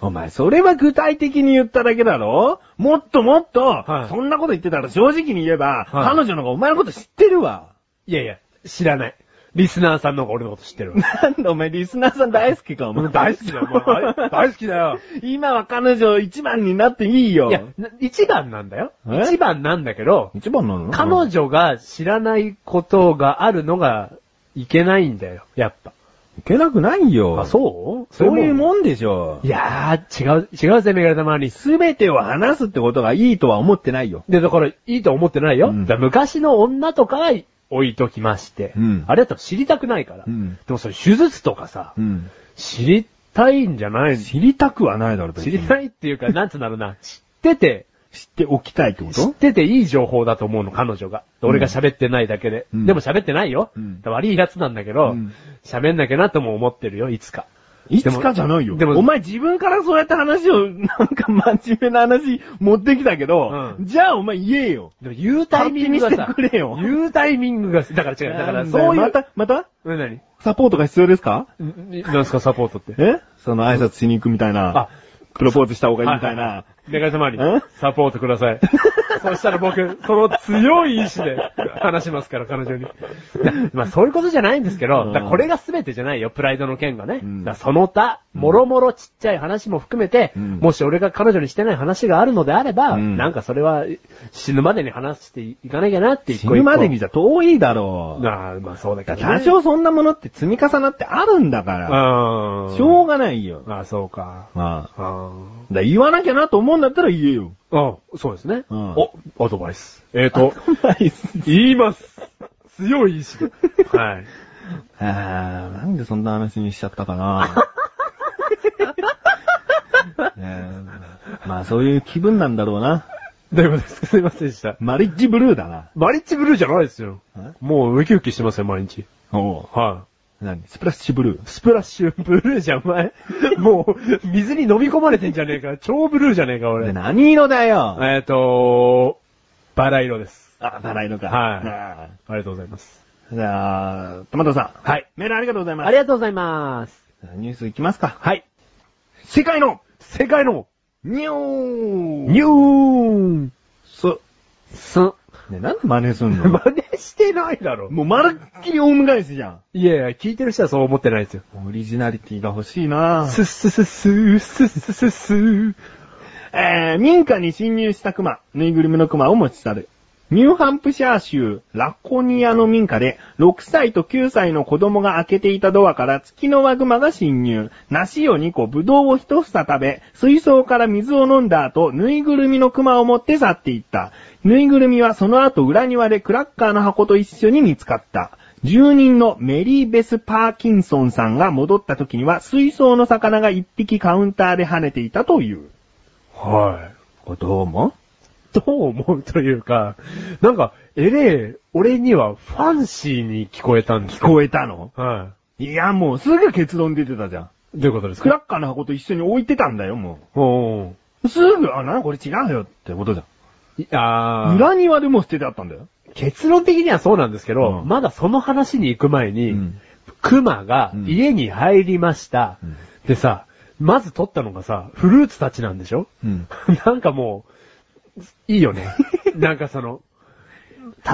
お前、それは具体的に言っただけだろもっともっと、はいそんなこと言ってたら正直に言えば、はい彼女の方がお前のこと知ってるわ。いやいや、知らない。リスナーさんの方が俺のこと知ってる わ。なんだお前、リスナーさん大好きか、お前。俺大好きだよ、もう 大大好きだよ。今は彼女一番になっていいよ。いや、な一番なんだよ。え一番なんだけど、一番なの彼女が知らないことがあるのがいけないんだよ、やっぱ。いけなくないよ。あ、そうそういうももんでしょん。いやー、違う、違うぜ、メガネたまに。すべてを話すってことがいいとは思ってないよ。で、だから、いいと思ってないよ。うんだから昔の女とかは置いときまして。うんあれだと知りたくないから。うんでもそれ手術とかさ、うん。知りたいんじゃない知りたくはないだろ、知りたい。いっていうか、なんつうんだろうな、知ってて、知っておきたいってこ知っとてていい情報だと思うの、彼女が。俺が喋ってないだけで。うんでも喋ってないよ。うん悪いやつなんだけどうん、喋、ん、なきゃなとも思ってるよ、いつか。いつかじゃないよ。でもお前自分からそうやって話を、 なんか真面目な話持ってきたけど、うんじゃあお前言えよ。でも言うタイミングがさ勝手に、してくれよ言うタイミングが、だから違う、だからそういう、また、またえ、何サポートが必要ですか何すかサポートって。えその挨拶しに行くみたいなあ。プロポーズした方がいいみたいな。メガネ様にん、サポートください。そしたら僕、その強い意志で話しますから、彼女に。だ まあ、そういうことじゃないんですけど、うんだからこれが全てじゃないよ、プライドの件がね。うんだからその他、もろもろちっちゃい話も含めて、うんもし俺が彼女にしてない話があるのであれば、うんなんかそれは死ぬまでに話していかなきゃなって一死個一個。ぬまでにじゃ遠いだろう。ああまあそうだけど、多少そんなものって積み重なってあるんだから、うん。しょうがないよ。ああ、そうか。まあ、あだから言わなきゃなと思うんだったら言えよ。あ、そうですね。うんお、アドバイス。えっ、と、言います。強い意志で。 はい。あーなんでそんな話にしちゃったか な。ねえまあそういう気分なんだろうな。どういうことですかすいませんでした。マリッジブルーだな。マリッチブルーじゃないですよえ。もうウキウキしてますよ、毎日。おうは何スプラッシュブルーい。。スプラッシュブルーじゃん、お 前。もう、水に飲み込まれてんじゃねえか。超ブルーじゃねえか、で俺。何色だよえっと、バラ色です。あ、バラ色か。はいあありがとうございます。ーじゃあ、トマトさん。はい。メールありがとうございます。ありがとうございます。ニュースいきますか。はい。世界の世界のニョーニューンそ、す。ね、なんで真似すんの真似してないだろ。 もうまるっきりオウム返しじゃん。いやいや、聞いてる人はそう思ってないですよ。オリジナリティが欲しいなぁ。すすすす、すすすす。えー、民家に侵入したクマ、ぬいぐるみのクマを持ち去る。ニューハンプシャー州ラコニアの民家で、6歳と9歳の子供が開けていたドアから月のワグマが侵入。梨を2個、ブドウを1房食べ、水槽から水を飲んだ後、ぬいぐるみのクマを持って去っていった。ぬいぐるみはその後裏庭でクラッカーの箱と一緒に見つかった。住人のメリーベス・パーキンソンさんが戻った時には、水槽の魚が1匹カウンターで跳ねていたという。はこれどうもどう思うというか、なんか、エレー、俺にはファンシーに聞こえたんです聞こええたのはいや、もうすぐ結論出てたじゃん。い。どういうことですクかラッカーの箱と一緒に置いてたんだよ、もおう。すぐ、あ、な、これ違うよってことじーいやゃん。ー裏庭でもう捨ててあったんだよ。結論的にはそうなんですけど、うんまだその話に行く前に、うんクマがうん家に入りました。うんでさ、まず取ったのがさ、フルーツたちなんでしょ、うん。 なんかもう、いいよ ね。なんかその、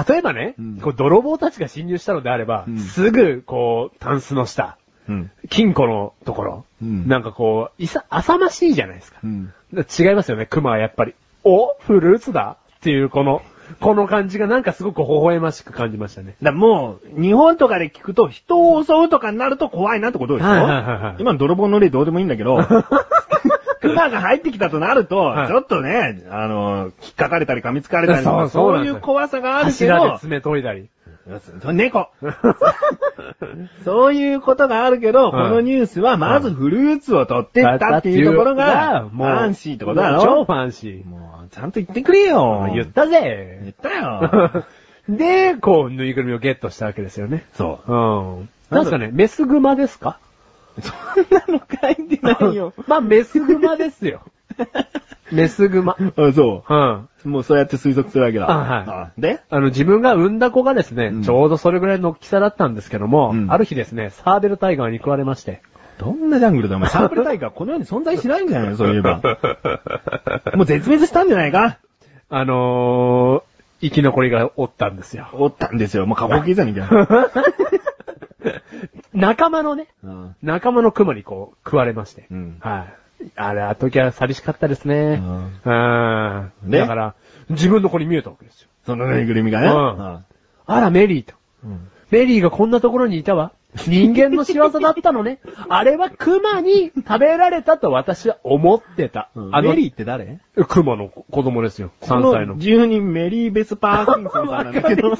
例えばね、うんこう泥棒たちが侵入したのであれば、うんすぐこう、タンスの下、うん。金庫のところ、うんなんかこう、いさ、浅ましいじゃないですか。うん。違いますよね、熊はやっぱり。おフルーツだっていうこの、この感じがなんかすごく微笑ましく感じましたね。だからもう、日本とかで聞くと、人を襲うとかになると怖いなってことでしょ、はいはいはいはい今の泥棒の例どうでもいいんだ けど、クマが入ってきたとなると、はいちょっとね、あの、引っかかれたり噛みつかれたりとそか、うそうそなんですういよう怖さがあるけ柱でど、爪研いだり。猫 そういうことがあるけど、このニュースはまずフルーツを取ってったっていうところが、ファンシーってことだ超ろファンシー。もう、ちゃんと言ってくれよ。言った言ぜったよ。 で、こう、ぬいぐるみをゲットしたわけですよね。そう。うん。なんですかね、メスグマですかそんなの書いてないよ。 まあ、メスグマです よ。メスグマ。あ、そうん。う。もうそうやって推測するわけだ。あはいい。であの、自分が産んだ子がですね、うんちょうどそれぐらいの大きさだったんですけども、うんある日ですね、サーベルタイガーに食われまして。どんなジャングルだお前。サープル大会この世に存在しないんじゃない のそういえば。もう絶滅したんじゃないかあのー、生き残りがおったんですよ。おったんですよ。もう過去形じゃねえ か。仲間のね、うん仲間のクマにこう、食われまして。うんはい。あれ、あの時は寂しかったですね。うん。ねだから、自分の子に見えたわけですよ。そのぬいぐるみがね。あら、メリーと。うんメリーがこんなところにいたわ。人間の仕業だったの ね。あれはクマに食べられたと私は思ってた。ああののメリーって誰クマの子供ですよ。3歳の。住人メリーベス・パーキンソンさんなんだけど。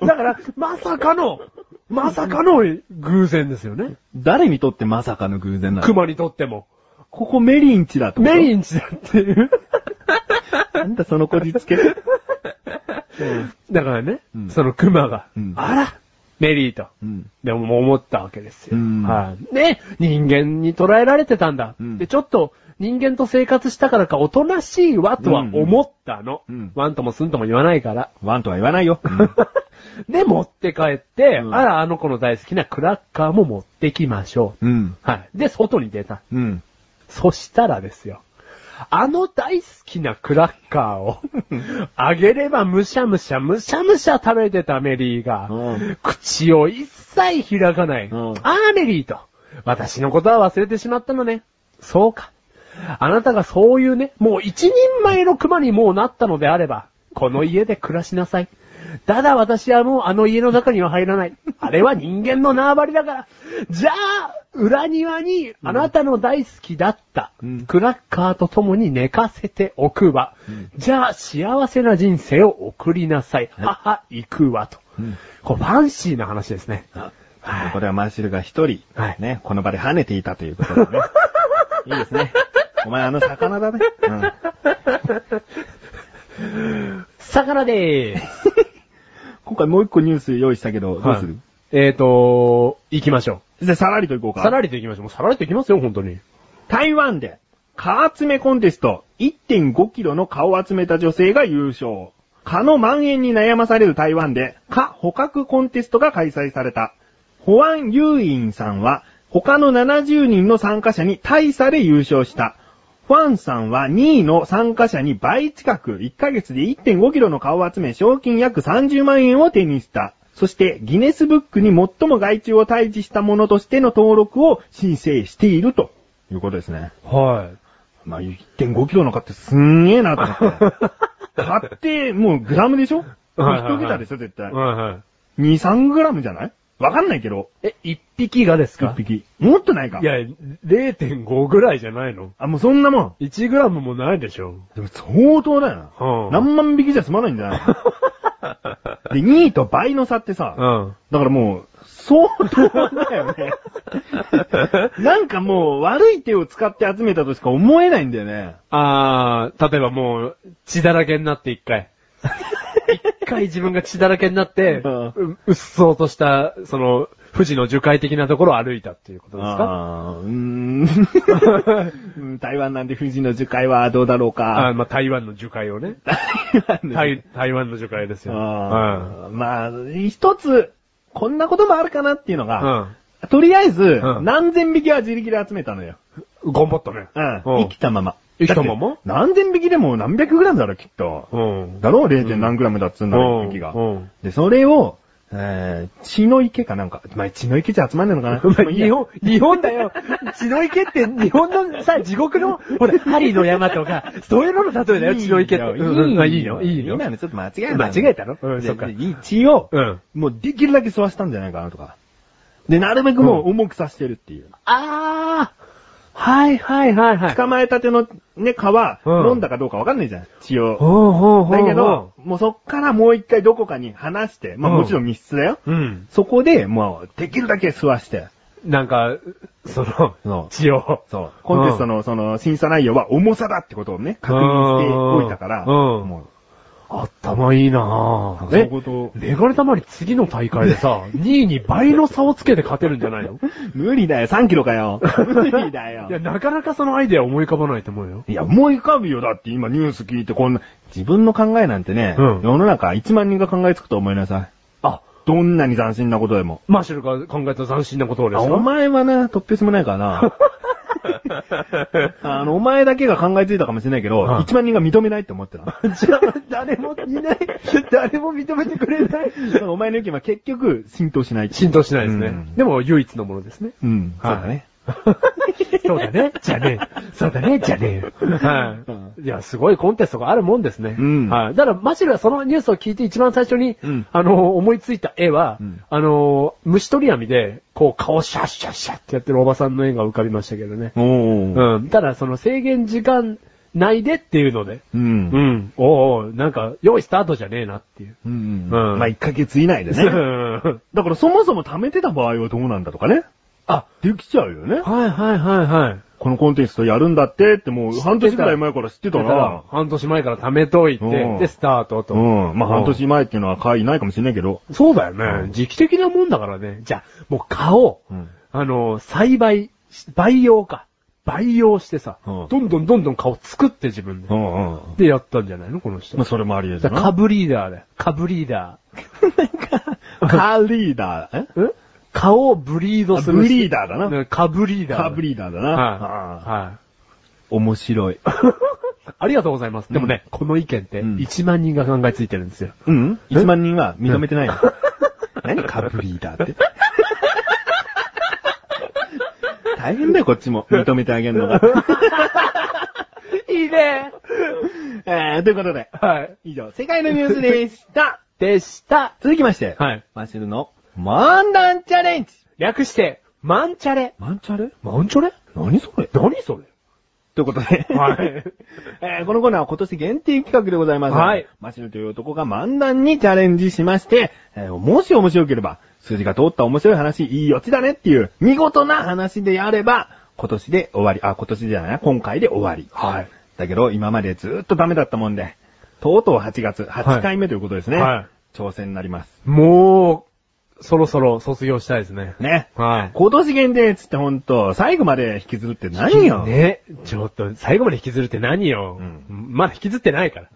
だから、まさかの、まさかの偶然ですよね。 誰にとってまさかの偶然なのクマにとっても。ここメリーんちだってことメリンチだっていう。なんだそのこじ つけ。だからね、うんそのクマが、うんあら、メリーと。うん。でも思ったわけですよ。うんはい。ね、人間に捉えられてたんだ。うんで、ちょっと人間と生活したからかおとなしいわとは思ったの。うんうんワンともスンとも言わないから。 ワンとは言わないよ。で、持って帰って、うんあら、あの子の大好きなクラッカーも持ってきましょう。うん。はい。で、外に出た。うん。そしたらですよ。あの大好きなクラッカー を、あげればむしゃむしゃむしゃむしゃ食べてたメリーが、うん口を一切開かない。うんあーメリーと、私のことは忘れてしまったのね。そうか。あなたがそういうね、もう一人前の熊にもうなったのであれば、この家で暮らしなさい。ただ私はもうあの家の中には入らない。あれは人間の縄張りだから。じゃあ、裏庭にあなたの大好きだった、うんクラッカーと共に寝かせておくわ。んじゃあ、幸せな人生を送りなさい。はい母、行くわと。うんこうファンシーな話ですね。はいこれはマーシルが一人、はいね、この場で跳ねていたということ だね。いいですね。お前あの魚だね。うん魚でーす。今回もう一個ニュース用意したけど、どうすはるいえーと、行きましょじゃあさらりといこうう。か。さらりと行きましょう。もうさらりと行きますよ、本当に。台湾で、蚊集めコンテスト、1.5キロの蚊を集めた女性が優勝。蚊の蔓延に悩まされる台湾で、蚊捕獲コンテストが開催された。保安誘員さんは、他の70人の参加者に大差で優勝した。ファンさんは2位の参加者に倍近く1ヶ月で1.5キロの蚊を集め賞金約30万円を手にした。そしてギネスブックに最も害虫を退治したものとしての登録を申請しているということですね。はい。 まあ、1.5キロの蚊ってすんげえなと思って。蚊ってもうグラムでしょはいはいはい一桁でしょ絶対。2、はいはい。 3グラムじゃないわかんないけど。え、一匹がです一か匹。もっとないかいや、0.5ぐらいじゃないのあ、もうそんなもん。 1グラムもないでしょ。でも相当だよな。うん何万匹じゃ済まないんじゃない で、2位と倍の差ってさ、ん。 だからもう、相当だよね。なんかもう悪い手を使って集めたとしか思えないんだよね。あー、例えばもう、血だらけになって一 回。一回自分が血だらけになって、うんううっそうとした、その、富士の樹海的なところを歩いたっていうことですかあーうーん うん台湾なんで富士の樹海はどうだろうあか。ーまあ、台湾の樹海をね。台湾台台湾の樹海ですよ。あーまあ、一つ、こんなこともあるかなっていうのうが、ん。とりあえず、うん何千匹は自力で集めたのよ。うん。頑張ったね。うん。うん生きたまま。生きたままだって何千匹でも何百グラムだろ、きっと。うん。だろう ?0. 点何グラムだっつうんだうろ、ん一匹がうん。で、それを、えー血の池かなんか。まあ、血の池じゃ集まんないのかな お前 もういいや日本、日本だよ。血の池って日本のさ、地獄の、ほら、針の山とか、そういうのの例えだよ、血の池って。いいうんうんまあいいよ、いいよ。今のちょっと間違えた。間違えたのうんでそっかで血を、うん。もうできるだけ吸わしたんじゃないかなとか。で、なるべくもう重くさしてるっていう。あー。はいはいはいはい。捕まえたてのね、皮、うん飲んだかどうかわかんないじゃん。血を。ほうほうほう。だけど、、もうそっからもう一回どこかに離して、まあうんもちろん密室だよ。うん。そこで、もう、できるだけ吸わして。なんか、そその、う血を。そう。コンテストの、その、審査内容は重さだってことをね、確認しておいたから、うんも頭いいなう、ぁ。そういうえこと、メガネたまに次の大会で さ、2位に倍の差をつけて勝てるんじゃないの無理だよ、3キロ かよ。無理だよいや、。なかなかそのアイデア思い浮かばないと思うよ。いや、思い浮かぶよ。だって今ニュース聞いてこんな、自分の考えなんてね、うん世の中1万人が考えつくと思いなさい。あ、どんなに斬新なことでも。マーシュルが考えた斬新なことをであすお か前はな、突拍子もないか らな。あの、お前だけが考えついたかもしれないけど、うん1万人が認めないって思ってた。 じゃあ、誰もいない。誰も認めてくれない。お前の意見は結局浸透しない。浸透しないですね。うんでも、唯一のものですね。うん、そうはいだね。 そうだね。じゃねえ。そうだね。じゃねえ。はうい。いや、すごいコンテストがあるもんですね。うんはい。だから、マシルはそのニュースを聞いて一番最初に、うんあの、思いついた絵は、うんあの、虫取り網で、こう、顔シャッシャッシャッってやってるおばさんの絵が浮かびましたけどね。おー。うん。ただ、その制限時間内でっていうので、うん。うん。おうおうなんか、用意スタートじゃねえなっていう。うん。うんまあ、1ヶ月以内 でね。うんだからそもそも貯めてた場合はどうなんだとかね。あ、できちゃうよね。はいはいはいはい。このコンテストやるんだってってもう半年くらい前から知ってただかなら、。半年前から貯めといて、うんで、スタートと。うん。まあ半年前っていうのは会ないかもしれないけど。そうだようねん。時期的なもんだからね。じゃあ、もう蚊を、うんあの、栽培し、培養か。培養してさ、うんどんどんどんどん蚊を作って自分で。うんうん。で、やったんじゃないのこの人。まあそれもありでだかすらな蚊。ブリーダーだよ。蚊ブリーダカーリーダー。えー。ん蚊をブリードする人。あブリーダーだなうん。蚊ブリーダーだ。カーブリーダーだな。ああはい。はい。面白い。ありがとうございます。でもね、この意見って、うん1万人が考えついてるんですよ。うん ?1 万人は認めてないの。何カーブリーダーって。大変だよ、こっちも。認めてあげるの が。いいねえー、ということで。はい。以上、世界のニュースでした。でした。続きまして。はい。マシルの、漫談チャレンジ略して、マンチャレ。マンチャレマンチャレ何それ何それということで、はい。 えーこのコーナーは今年限定企画でございます。はいマシルという男が漫談にチャレンジしまして、えーもし面白ければ、数字が通った面白い話、いいオチだねっていう、見事な話であれば、今年で終わり、あ、今年じゃないな、今回で終わり。はい。だけど、今までずーっとダメだったもんで、とうとう8月、8回目ということですね。はい挑戦になります。もう、そろそろ卒業したいですね。ね。は今年限定っつってほんと、最後まで引きずるって何よ。ね。ちょっと、最後まで引きずるって何よ。うんまだ引きずってないから。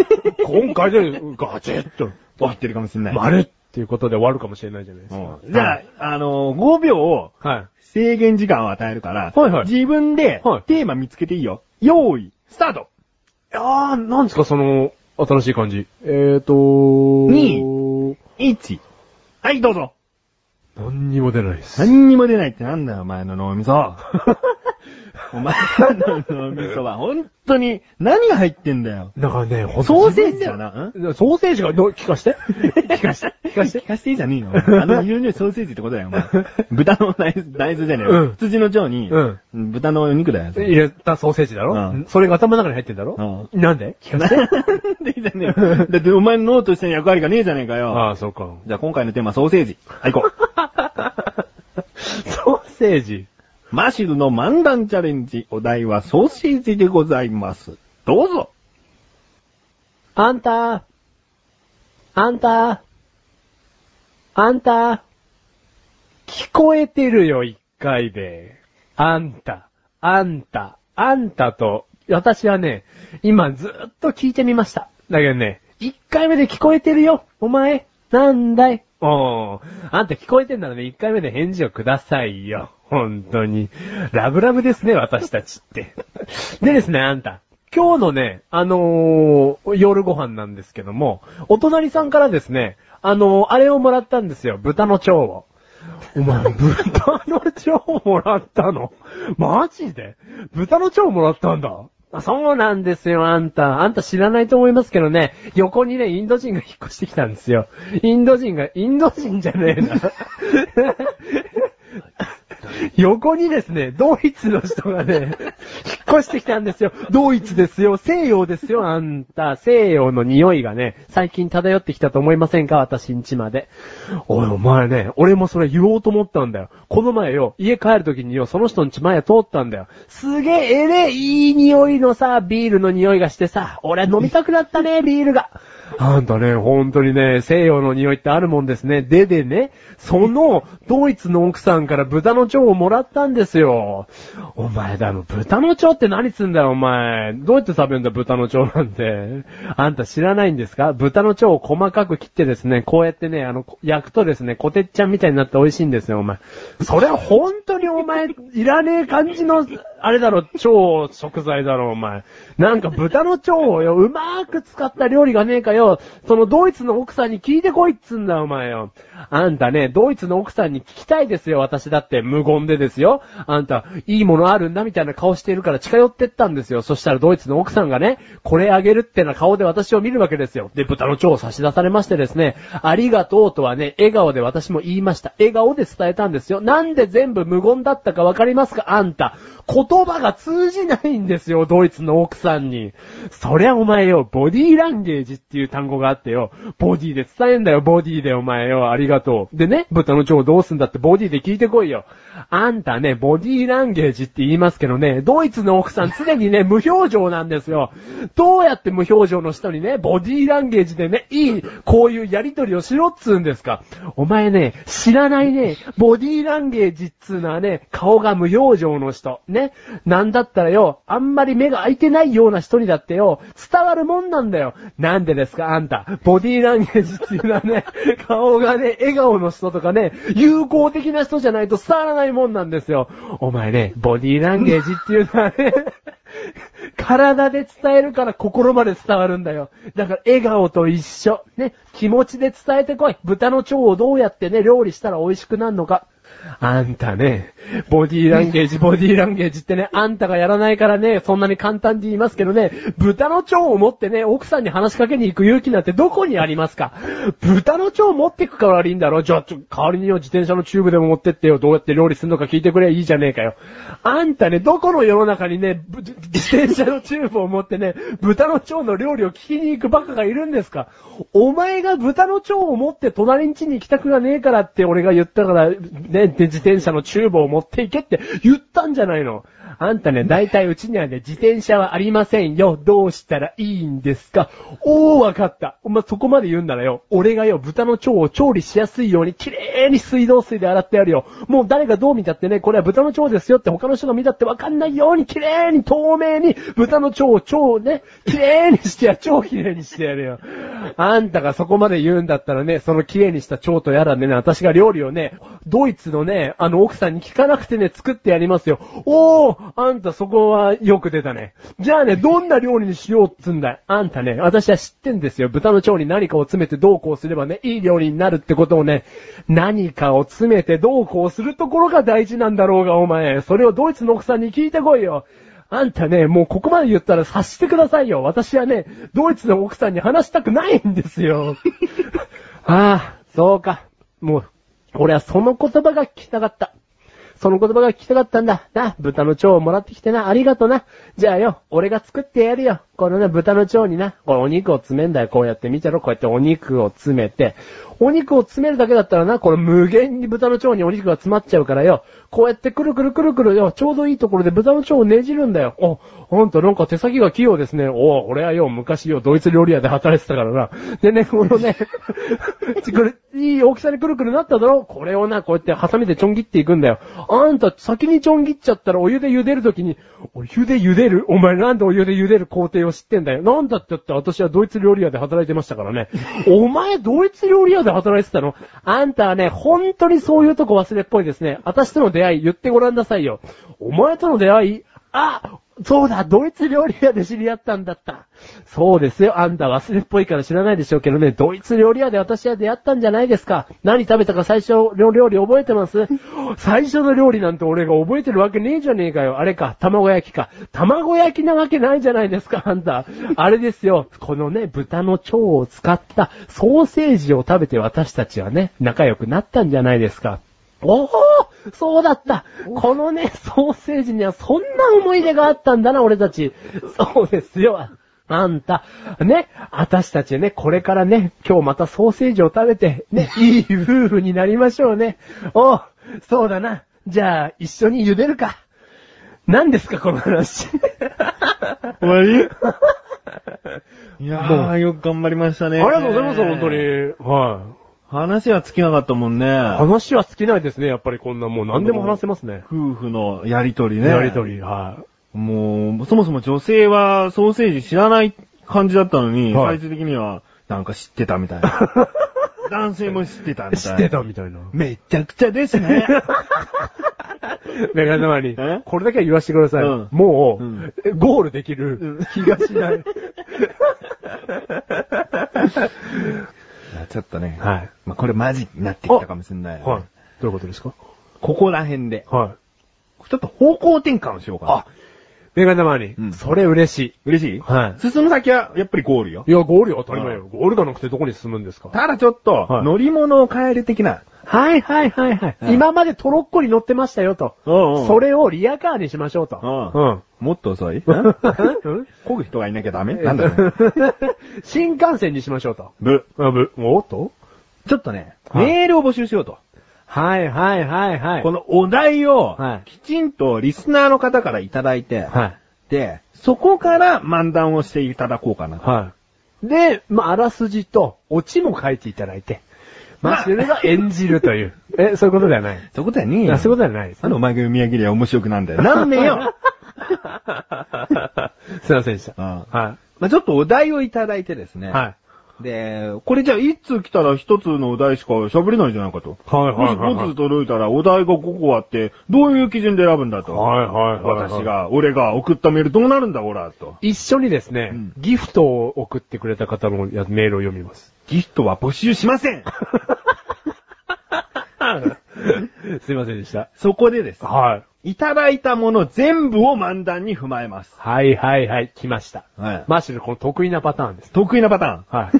今回でガチッと、終わってるかもしんない。まるっていうことで終わるかもしれないじゃないですかう。んじゃあ、あのー、5秒をあ、はい。制限時間を与えるから、はいはい自分ではいテーマ見つけていいよ。用意、スタートあー、なんですか、その、新しい感じ。えーとー。に !1。はい、どうぞ何にも出ないです。何にも出ないってなんだよ、お前の脳みそ。 お前の脳みそは本当に何が入ってんだよ。だからね、ほんとソーセージだよな。ソーセージが、ど聞か して。聞かして。聞かして。聞かせていいじゃねえよ。あの、色々ソーセージってことだよ、お 前。豚の内内臓じゃねえよ。うん羊の腸に、うん豚のお肉だよ。入れたソーセージだろ、うんそれが頭の中に入ってんだろ、なんで聞かなして。ん でじゃねえよだってお前の脳としての役割がねえじゃねえかよ。 あ、そうか。 じゃあ今回のテーマソーセージ。はい、行こう。ソーセージ。マシルの漫談チャレンジ、お題はソーセージでございます。どうぞあんた、あんた、あんた、聞こえてるよ、一回で。あんた、あんた、あんたと、私はね、今ずっと聞いてみました。だけどね、一回目で聞こえてるよ、お前、なんだいおー、あんた聞こえてんならね、一回目で返事をくださいよ。本当に。ラブラブですね、私たちって。 でですね、あんた。今日のね、あのー夜ご飯なんですけども、お隣さんからですね、あのーあれをもらったんですよ、豚の腸を。お前、豚の腸をもらったのマジで豚の腸をもらったんだあそうなんですよ、あんた。あんた知らないと思いますけどね、横にね、インド人が引っ越してきたんですよ。インド人が、インド人じゃねえな。横にですね、ドイツの人がね、引っ越してきたんですよ。ドイツですよ。西洋ですよ、あんた。西洋の匂いがね、最近漂ってきたと思いませんか私んちまで。おい、お前ね、俺もそれ言おうと思ったんだよ。この前よ、家帰る時によ、その人んち前通ったんだよ。すげえ、えれえ、いい匂いのさ、ビールの匂いがしてさ、俺飲みたくなったね、ビールが。あんたね、本当にね、西洋の匂いってあるもんですね。ででね、その、ドイツの奥さんから豚の腸をもらったんですよ。お前だ、あの、豚の腸って何すんだよ、お前。どうやって食べるんだ、豚の腸なんて。あんた知らないんですか豚の腸を細かく切ってですね、こうやってね、あの、焼くとですね、コテッちゃんみたいになって美味しいんですよ、お前。それは本当にお前、いらねえ感じの、あれだろ、超食材だろ、お前。なんか豚の腸をよ、うまーく使った料理がねえかよ、そのドイツの奥さんに聞いてこいっつんだよ、お前よ。あんたね、ドイツの奥さんに聞きたいですよ、私だって、無言でですよ。あんた、いいものあるんだ、みたいな顔しているから近寄ってったんですよ。そしたらドイツの奥さんがね、これあげるってな顔で私を見るわけですよ。で、豚の腸を差し出されましてですね、ありがとうとはね、笑顔で私も言いました。笑顔で伝えたんですよ。なんで全部無言だったかわかりますかあんた。言葉が通じないんですよ、ドイツの奥さんに。そりゃお前よ、ボディーランゲージっていう単語があってよ、ボディで伝えんだよ、ボディでお前よ、ありがとう。でね、豚の腸どうすんだってボディで聞いてこいよ。あんたね、ボディーランゲージって言いますけどね、ドイツの奥さん常にね、無表情なんですよ。どうやって無表情の人にね、ボディーランゲージでね、いい、こういうやりとりをしろっつうんですか。お前ね、知らないね、ボディーランゲージっつうのはね、顔が無表情の人。ね。なんだったらよ、あんまり目が開いてないような人にだってよ、伝わるもんなんだよ。なんでですか、あんた。ボディーランゲージっていうのはね、 顔がね、笑顔の人とかね、友好的な人じゃないと伝わらないもんなんですよ。お前ね、ボディーランゲージっていうのはね、体で伝えるから心まで伝わるんだよ。だから笑顔と一緒。ね、気持ちで伝えてこい。豚の腸をどうやってね、料理したら美味しくなるのか。あんたね、ボディーランゲージ、ボディーランゲージってね、あんたがやらないからね、そんなに簡単に言いますけどね、豚の腸を持ってね、奥さんに話しかけに行く勇気なんてどこにありますか豚の腸を持ってくから悪いんだろじゃあ、ちょ、代わりによ、自転車のチューブでも持ってってよ、どうやって料理するのか聞いてくれいいじゃねえかよ。あんたね、どこの世の中にね、ぶ自転車のチューブを持ってね、豚の腸の料理を聞きに行くバカがいるんですかお前が豚の腸を持って隣ん家に行きたくがねえからって俺が言ったから、ね、で、自転車のチューブを持っていけって言ったんじゃないの。あんたね、大体うちにはね、自転車はありませんよ。どうしたらいいんですかおー、わかった。お前そこまで言うんならよ、俺がよ、豚の腸を調理しやすいように、綺麗に水道水で洗ってやるよ。もう誰がどう見たってね、これは豚の腸ですよって他の人が見たってわかんないように、綺麗に、透明に、豚の腸を超ね、綺麗にしてや、超綺麗にしてやるよ。あんたがそこまで言うんだったらね、その綺麗にした腸とやらでね、私が料理をね、ドイツのね、あの奥さんに聞かなくてね、作ってやりますよ。おーあんたそこはよく出たね。じゃあね、どんな料理にしようっつうんだい。あんたね、私は知ってんですよ。豚の腸に何かを詰めてどうこうすればね、いい料理になるってことをね、何かを詰めてどうこうするところが大事なんだろうが、お前。それをドイツの奥さんに聞いてこいよ。あんたね、もうここまで言ったら察してくださいよ。私はね、ドイツの奥さんに話したくないんですよ。ああ、そうか。もう、俺はその言葉が聞きたかった。その言葉が聞きたかったんだ。な、豚の腸をもらってきてな、ありがとな。じゃあよ、俺が作ってやるよ。このね、豚の腸にな、これお肉を詰めんだよ。こうやって見てろ。こうやってお肉を詰めて。お肉を詰めるだけだったらな、これ無限に豚の腸にお肉が詰まっちゃうからよ。こうやってくるくるくるくるよ、ちょうどいいところで豚の腸をねじるんだよ。お、ほんとなんか手先が器用ですね。お俺はよ、昔よ、ドイツ料理屋で働いてたからな。でね、このね、ちこれ、いい大きさにくるくるなっただろこれをな、こうやってハサミでちょん切っていくんだよ。あんた、先にちょん切っちゃったらお湯で茹でるときに、お湯で茹でるお前なんでお湯で茹でる工程を知ってんだよ。なんだってだって私はドイツ料理屋で働いてましたからね。お前、ドイツ料理屋で働いてたのあんたはね、本当にそういうとこ忘れっぽいですね。私との出会い言ってごらんなさいよ。お前との出会いあそうだ、ドイツ料理屋で知り合ったんだった。そうですよ、あんた忘れっぽいから知らないでしょうけどね、ドイツ料理屋で私は出会ったんじゃないですか。何食べたか最初の料理覚えてます最初の料理なんて俺が覚えてるわけねえじゃねえかよ。あれか、卵焼きか。卵焼きなわけないじゃないですか、あんた。あれですよ、このね、豚の腸を使ったソーセージを食べて私たちはね、仲良くなったんじゃないですか。おおそうだったこのね、ソーセージにはそんな思い出があったんだな、俺たち。そうですよ。あんた、ね、私たちね、これからね、今日またソーセージを食べて、ね、いい夫婦になりましょうね。おうそうだな。じゃあ、一緒に茹でるか。何ですか、この 話。終わりいもやー、よく頑張りましたね。。は話は尽きなかったもんね。い。話は尽きないですね、やっぱりこんな、もう何でも話せますね。夫婦のやりとりね。やりと。り、はい。もう、そもそも女性はソーセージ知らない感じだったのに、はい最終的には、なんか知ってたみたい な。男性も知ってたみたいな。みたいな。めちゃくちゃです ね。メガネマにえ、これだけは言わせてください。うんもう、うんゴールできる気がし ない。いやちょっとね。はい。まあ、これマジになってきたかもしれない、はい。どういうことですかここら辺で、はい。ちょっと方向転換をしようかな。あ、メガネマに、うんそれ嬉し嬉しいはい進む先は、やっぱりゴールよい。。いや、ゴールよ、当たり前よ。ゴールがなくてどこに進むんですかただちょっと、はい乗り物を変える的な。はいはいはいはい。はい今までトロッコに乗ってましたよと。うんうんそれをリアカーにしましょうと。うんんもっと 遅い うん漕ぐ人がいなきゃダメなんだ ろうね。新幹線にしましょうと。ぶ。あぶ、おっとちょっとね、はいメールを募集しようと。はいはいはいはい。このお題をはい、きちんとリスナーの方からいただいて、はい。で、そこから漫談をしていただこうかな。はい。で、まあ、あらすじと、オチも書いていただいて、まあマシュルが演じると いう。え、そういうことではない。そこだよね。あそういうことではないです、あの、お前が読み上げりゃ面白くなんだよ。なんで よすいませんでした。うんはまあちょっとお題をいただいてですい。ね。はい。で、これじゃあ一通来たら一つのお題しか喋れないじゃないかと。はいもし5通届いたらお題が5個あって、どういう基準で選ぶんだと。はいはいはいはい私が、俺が送ったメールどうなるんだ、オラ、と。一緒にですね、うんギフトを送ってくれた方のやメールを読みます。ギフトは募集しません すいませんでした。そこでです。はい。いただいたもの全部を漫談に踏まえます。はいはいはい、来ました。はいマッシュルこの得意なパターンです。得意なパターン。は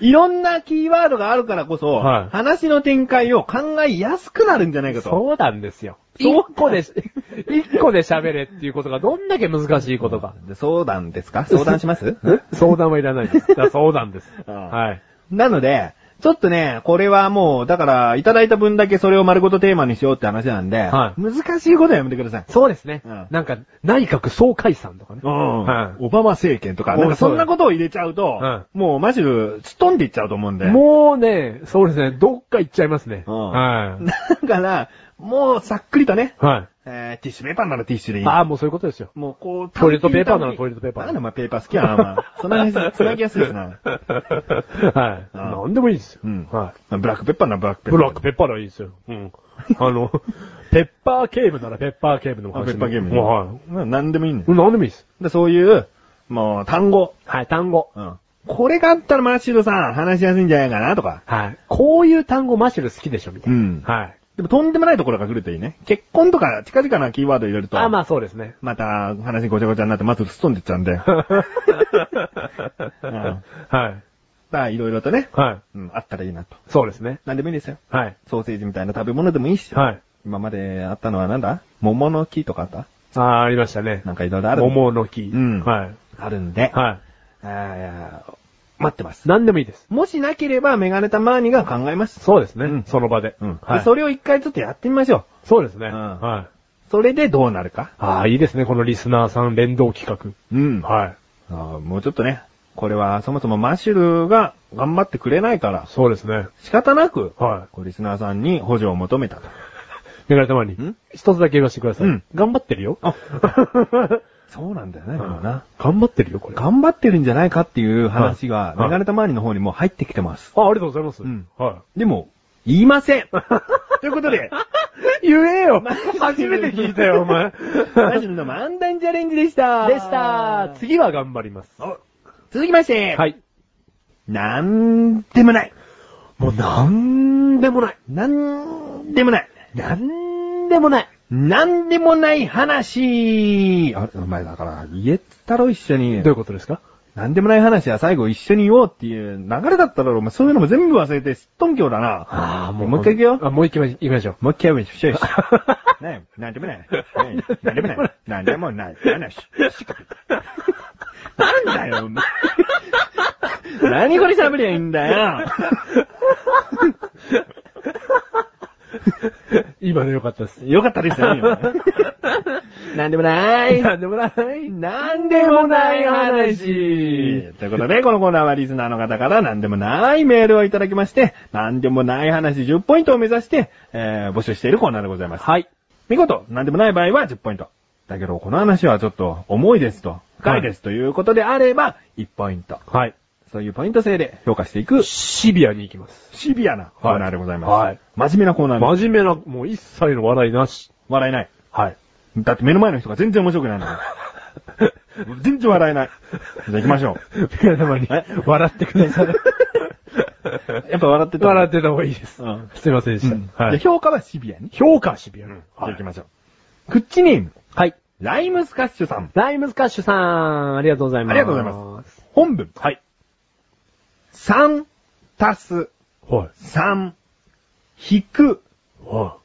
い。いろんなキーワードがあるからこそ、はい話の展開を考えやすくなるんじゃないかと。そうなんですよ。そう一個で、 一個で喋れっていうことがどんだけ難しいことか。で相談ですか相談します 相談はいらない です。だから相談です。ああはい。なので、ちょっとね、これはもう、だから、いただいた分だけそれを丸ごとテーマにしようって話なんで、はい難しいことはやめてください。そうですね。うんなんか、内閣総解散とかね。はいオバマ政権とか、なんかそうそんなことを入れちゃうと、うんもうマジで、すっ飛んでいっちゃうと思うんで。もうね、そうですね、どっか行っちゃいますね。うんはい。 だから、もうさっくりとね、はえー、ティッシュペーパーならティッシュでいい。い。ああ、もうそういうことですよ。もうこう、トイレットペーパーならトイレットペーパーなんでお前ペーパー好きやな、お前。そんなに繋ぎやすいし な。はい。ああなんでもいいですよ。うんはブラックペッパーならブラックい。ペッブパー。ラックペッパーならいいですよ。 うん。あの、ペッパー警部ならペッパー警部のあ話。ペッパーゲームね。もうはい。い。なんでもいいんだうよんなんでもいいです。でそういう、もう単語。はい、単語。うん。これがあったらマッシュルさん話しやすいんじゃないかなとか。はい。こういう単語マシュル好きでしょ、みたいな。うんはい。でもとんでもないところが来るといいね。結婚とか近々なキーワード入れると。あ、まあそうですね。また話ごちゃごちゃになってまずすっ飛んでっちゃう んで。んはい。まあいろいろとね。はい。うん、あったらいいなと。そうですね。なんでもいいですよ。はい。ソーセージみたいな食べ物でもいいし。はい。今まであったのはなんだ桃の木とかあったああ、ありましたね。なんかいろいろある。桃の木。うんはい。あるんで。はあーいやー待ってますい。。何でもいいです。もしなければメガネタマーニが考えます。そうですね。うんその場で。うん。はいでそれを一回ちょっとやってみましょそうですね。うん。はいうそれでどうなるか。ああ、いいですね。このリスナーさん連動企うん画。はい。あーもうちょっとね、これはそもそもマシュルが頑張ってくれないから、そうですね。仕方なく、はこうリスナーさんに補助を求めたと。い。メガネたまにん。一つだけ言わせてください。うん頑張ってるよ。 あ、そうなんだよね、でもな。頑張ってるよ、これ。あ、頑張ってるんじゃないかっていう話はがい、はいメガネたまわりの方にもう入ってきてます。ありがとうございます。うんはでも、言いません ということで、い。 言えよ初めて聞いたよ、お前。 マシュルの漫談チャレンジでした。でした。 次は頑張ります。お続きまして、はい。なんでもない。もうなんでもない。なんでもない。なんでもない。なんでもない話あ、お前だから、言えたろ一緒にどうい。うことですかなんでもない話は最後一緒に言おうっていう流れだっただろ、お前そういうのも全部忘れてすっとんきょうだな。ああ、もうもう一回行くよあ、もう一回行きましょもう一回言うし ょよし。ねえ、なんでもない。ねえなんでもない。なんでもない。話。 なんだよ、お前。何これ喋りゃいいんだよ。う。 今の良かったです。よかったですよ、今 なんでもない。なんでもない。なんでもない話。ということで、このコーナーはリスナーの方からなんでもないメールをいただきまして、なんでもない話10ポイントを目指して、えー募集しているコーナーでございます。はい。見事、なんでもない場合は10ポイント。だけど、この話はちょっと重いですと、深いですということであれば、1ポイント。はい。そういうポイント制で評価していく、シビアに行きます。シビアなコーナーでございます。はい真面目なコーナーです。真面目な、もう一切の笑いなし。笑えない。はい。だって目の前の人が全然面白くないんだから。 全然笑えない。じゃあ行きましょう。皆様にえ笑ってくだ さい。やっぱ笑ってた。笑ってた方がいいです。うんすいませんでした。はでい。評価はシビアに。評価はシビア。じゃあはい行きましょう。クッチネーム、はい。ライムスカッシュさん。ライムスカッシュさん、ありがとうございます。ありがとうございます。本文。はい。3、足す、はい。 3、引く、は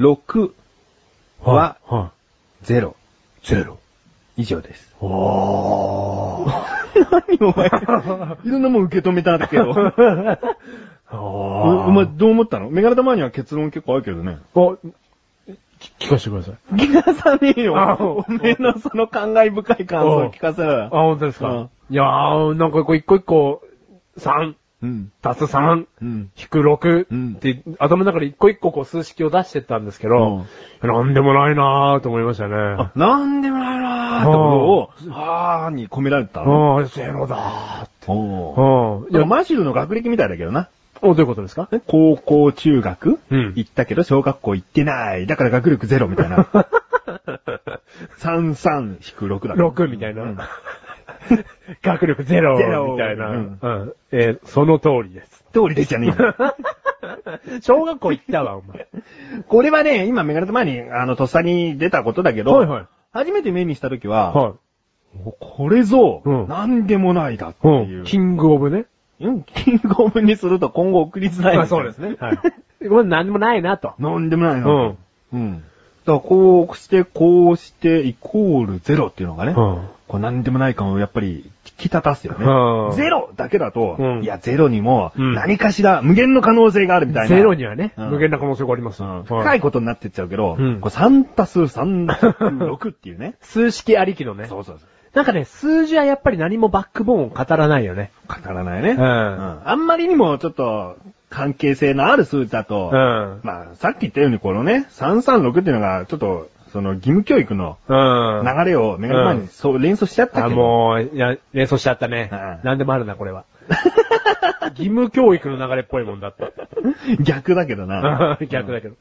6、い。はは0。い。ゼロ。以上です。お ー。何お前。 いろんなもん受け止めたんだけ ど。おおお前どう思ったのメガネ玉には結論結構あるけどね。お、き聞かせてください。聞かさねえあよ。おめえのその感慨深い感想を聞かせろあ、よ。本当ですか、うんいやー、なんかこう一個一個、3、うん。足す3、うん。引く6、うんって、頭の中で一個一個こう数式を出してったんですけど、なんでもないなーと思いましたね。あなんでもないなーってことを、あーに込められたの。あー、ゼロだーって。おうん。いいや、や、ま、マシルの学歴みたいだけどな。お、どういうことですか高校、中学、うん行ったけど、小学校行ってない。だから学力ゼロみたいな。33引く6だから。 6みたいな。うん 学力ゼロゼロみたいな。ううんん、えーその通りです。通りですよね。 小学校行ったわ、お 前。これはね、今メガネと前に、あの、とっさに出たことだけど、はいはい初めて目にした時は、はい。おこれぞ、うんなんでもないだっていう。うん。キングオブね。うんキングオブにすると今後送りづらい。あそうですね。はい。もう何もないなと。なんでもないな。うん。うん。だからこうして、こうして、イコールゼロっていうのがね、うん。こうなんでもない感をやっぱり引き立たすよね。うんゼロだけだと、うんいや、ゼロにもうん何かしら無限の可能性があるみたいな。ゼロにはね、うん無限な可能性があります。うんはい深いことになってっちゃうけど、うん。こう3たす3たす6っていうね数式ありきの ね。そうそうそう。なんかね、数字はやっぱり何もバックボーンを語らないよね。語らないね。うんあんまりにもちょっと関係性のある数字だと、うん。まあ、さっき言ったようにこのね、336っていうのが、ちょっと、その義務教育のうん。流れをメガネ前にそう連想しちゃったけど。あ、もう、いや、連想しちゃったねうん。何でもあるな、こ れは。義務教育の流れっぽいもんだって。 逆だけどな。 逆だけど。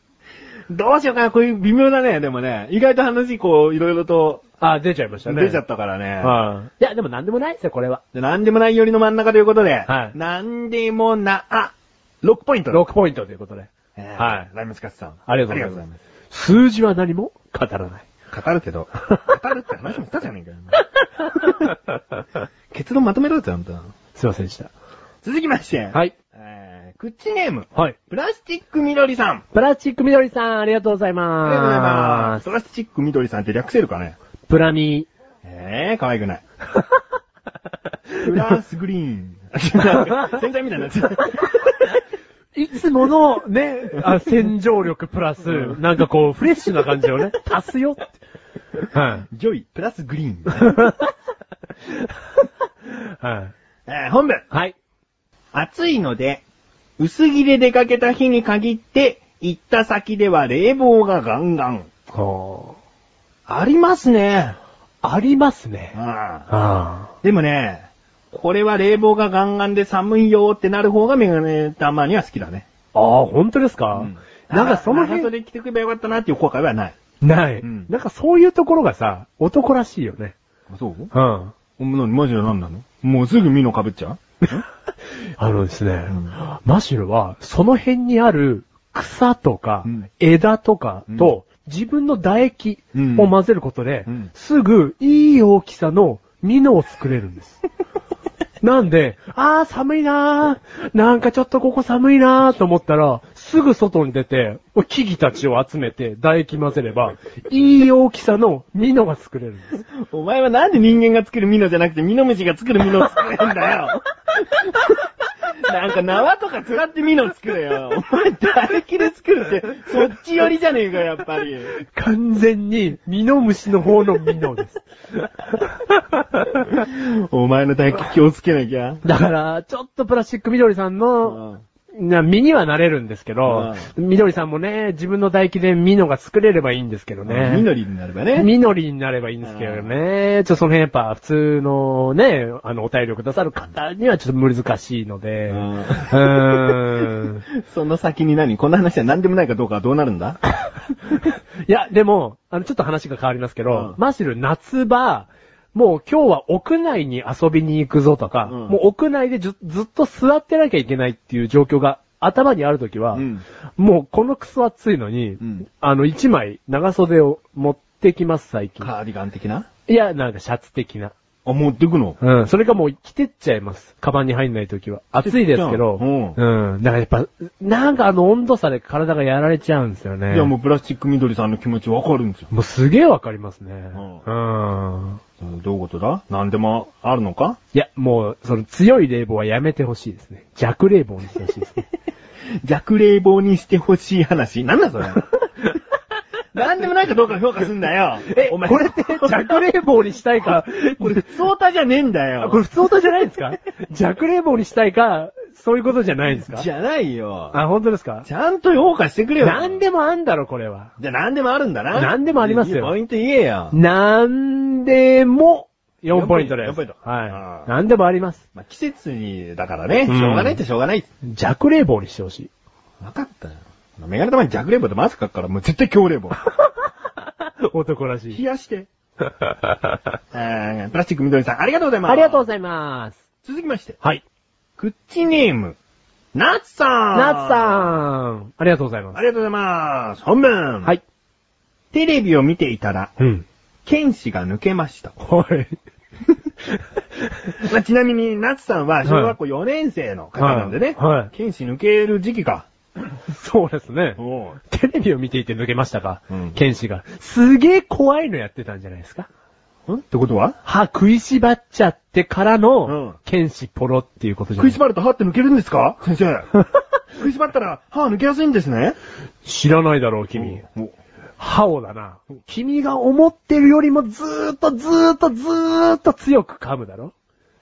どうしようかな、こういう微妙だね。でもね、意外と話、こう、いろいろとあ、出ちゃいましたね。出ちゃったからね。はい。いや、でも何でもないですよ、これは。でなんでもないよりの真ん中ということで、はいなんでもな、あ、6ポイント。 6ポイントということで。えーはい。ライムスカッシュさん。ありがとうござあいりがます。数字は何も語ら ない。とうございます。語るけど、語るって話もしたじゃねえ かよ。今結論まとめろよ、ちゃんと。すいませんでした。続きまして、はい。えークッチネーム、はい。プラスチックみどりさん。プラスチックみどりさん、ありがとうございます。ありがとうございます。プラスチックみどりさんって略せるかねす。プラミええー、可愛くない。プラスグリー ン。洗剤みたいになっちゃう。ー。 いつものね、あ洗浄力プラス、なんかこう、フレッシュな感じをね、 足すよって。はジョイ、プラスグリーン。い。はい。えー本文。 はい。暑いので、薄着で出かけた日に限って、行った先では冷房がガンガン。こありますね。う、ありますね。あああでもね、これは冷房がガンガンで寒いよってなる方がメガネ玉には好きだね。あ。ああ、本当ですか、うんなんかその長辺、袖着てくればよかったなっていう後悔はない。ない、うんなんかそういうところがさ、男らしいよね。そううん。なに、マジで何なのもうすぐミノかぶっちゃうあのですね、んマシュルは、その辺にある草とかうん、枝とかと、自分の唾液うんを混ぜることで、うんすぐいい大きさのミノを作れるん です。なんで、あー寒いなー、なんかちょっとここ寒いなーと思ったら、すぐ外に出て、木々たちを集めて唾液混ぜれば、いい大きさのミノが作れるんです。お前はなんで人間が作るミノじゃなくてミノムシが作るミノを作れんだよ。なんか縄とか使ってミノ作れよ。お前唾液で作るって、そっち寄りじゃねえか、やっぱり。完全にミノムシの方のミノです。お前の唾液気をつけなきゃ。だから、ちょっとプラスチック緑さんの、な、身にはなれるんですけど、緑さんもね、自分の唾液でミノが作れればいいんですけどね。ミノリになればね。ミノリになればいいんですけどね。ちょっとその辺やっぱ普通のね、あの、お便りをくださる方にはちょっと難しいので。ううんーん。その先に何こんな話は何でもないかどうかはどうなるんだいや、でも、あの、ちょっと話が変わりますけど、うんマシル夏場、もう今日は屋内に遊びに行くぞとか、うんもう屋内でずずっと座ってなきゃいけないっていう状況が頭にあるときは、うんもうこのクソ暑いのに、んあの、一枚長袖を持ってきます、最近。カーディガン的ないや、なんかシャツ的な。あ、持ってくのうん。それかもう着てっちゃいます。カバンに入んないときは。暑いですけど。着てっちん。だからやっぱ、なんかあの温度差で体がやられちゃうんですよね。いや、もうプラスチック緑さんの気持ちわかるんですよ。もうすげえわかりますね。んうん。どういうことだ何でもあるのかいや、もう、その強い冷房はやめてほしいですね。弱冷房にしてほしいです ね。弱冷房にしてほしい話。な んだそれ。なんでもないかどうか評価すんだよ。え、お前、これっ て弱冷房にしたいか、これ、普通歌じゃねえんだあこれよ。普通音じゃないですか弱冷房にしたいか、そういうことじゃないですかじゃないよ。あ、本当ですかちゃんと評価してくれよ。なんでもあんだろ、これは。じゃあなんでもあるんだな。なんでもありますよいいポイント言えよ。なんでも、4ポイントです。 4ポイントあはーい。なんでもあります。まあ、季節に、だからね、しうんょうがないってしょうがない。弱冷房にしてほしい。わかったよ。メガネ玉に弱冷房でマスク書くから、もう絶対強冷 房。男らし冷い。やして。 えープラスチック緑さん、ありがとうございます。ありがとうごいざいます。ます。続きまして、はい。クッチネーム、ナツさん。なつん。さん、ありがとうございまありがとうございます。本文。。す。はいい。テレビを見ていたら、うん。剣士が抜けました。 はい。まあ、ちなみに、ナツさんは小学校4年生の方なんでね。はいはい剣士抜ける時期か。そうですね。おうテレビを見ていて抜けましたか、うん剣士が。すげえ怖いのやってたんじゃないですかんってことは歯食いしばっちゃってからうんの、剣士ポロっていうことじゃな食いいしばると歯って抜けるんですか先 生。食いしばったら歯は抜けやすいんですね。知らないだろう、君。お歯をだな。君が思ってるよりもずーっとずーっとずーっと強く噛むだろ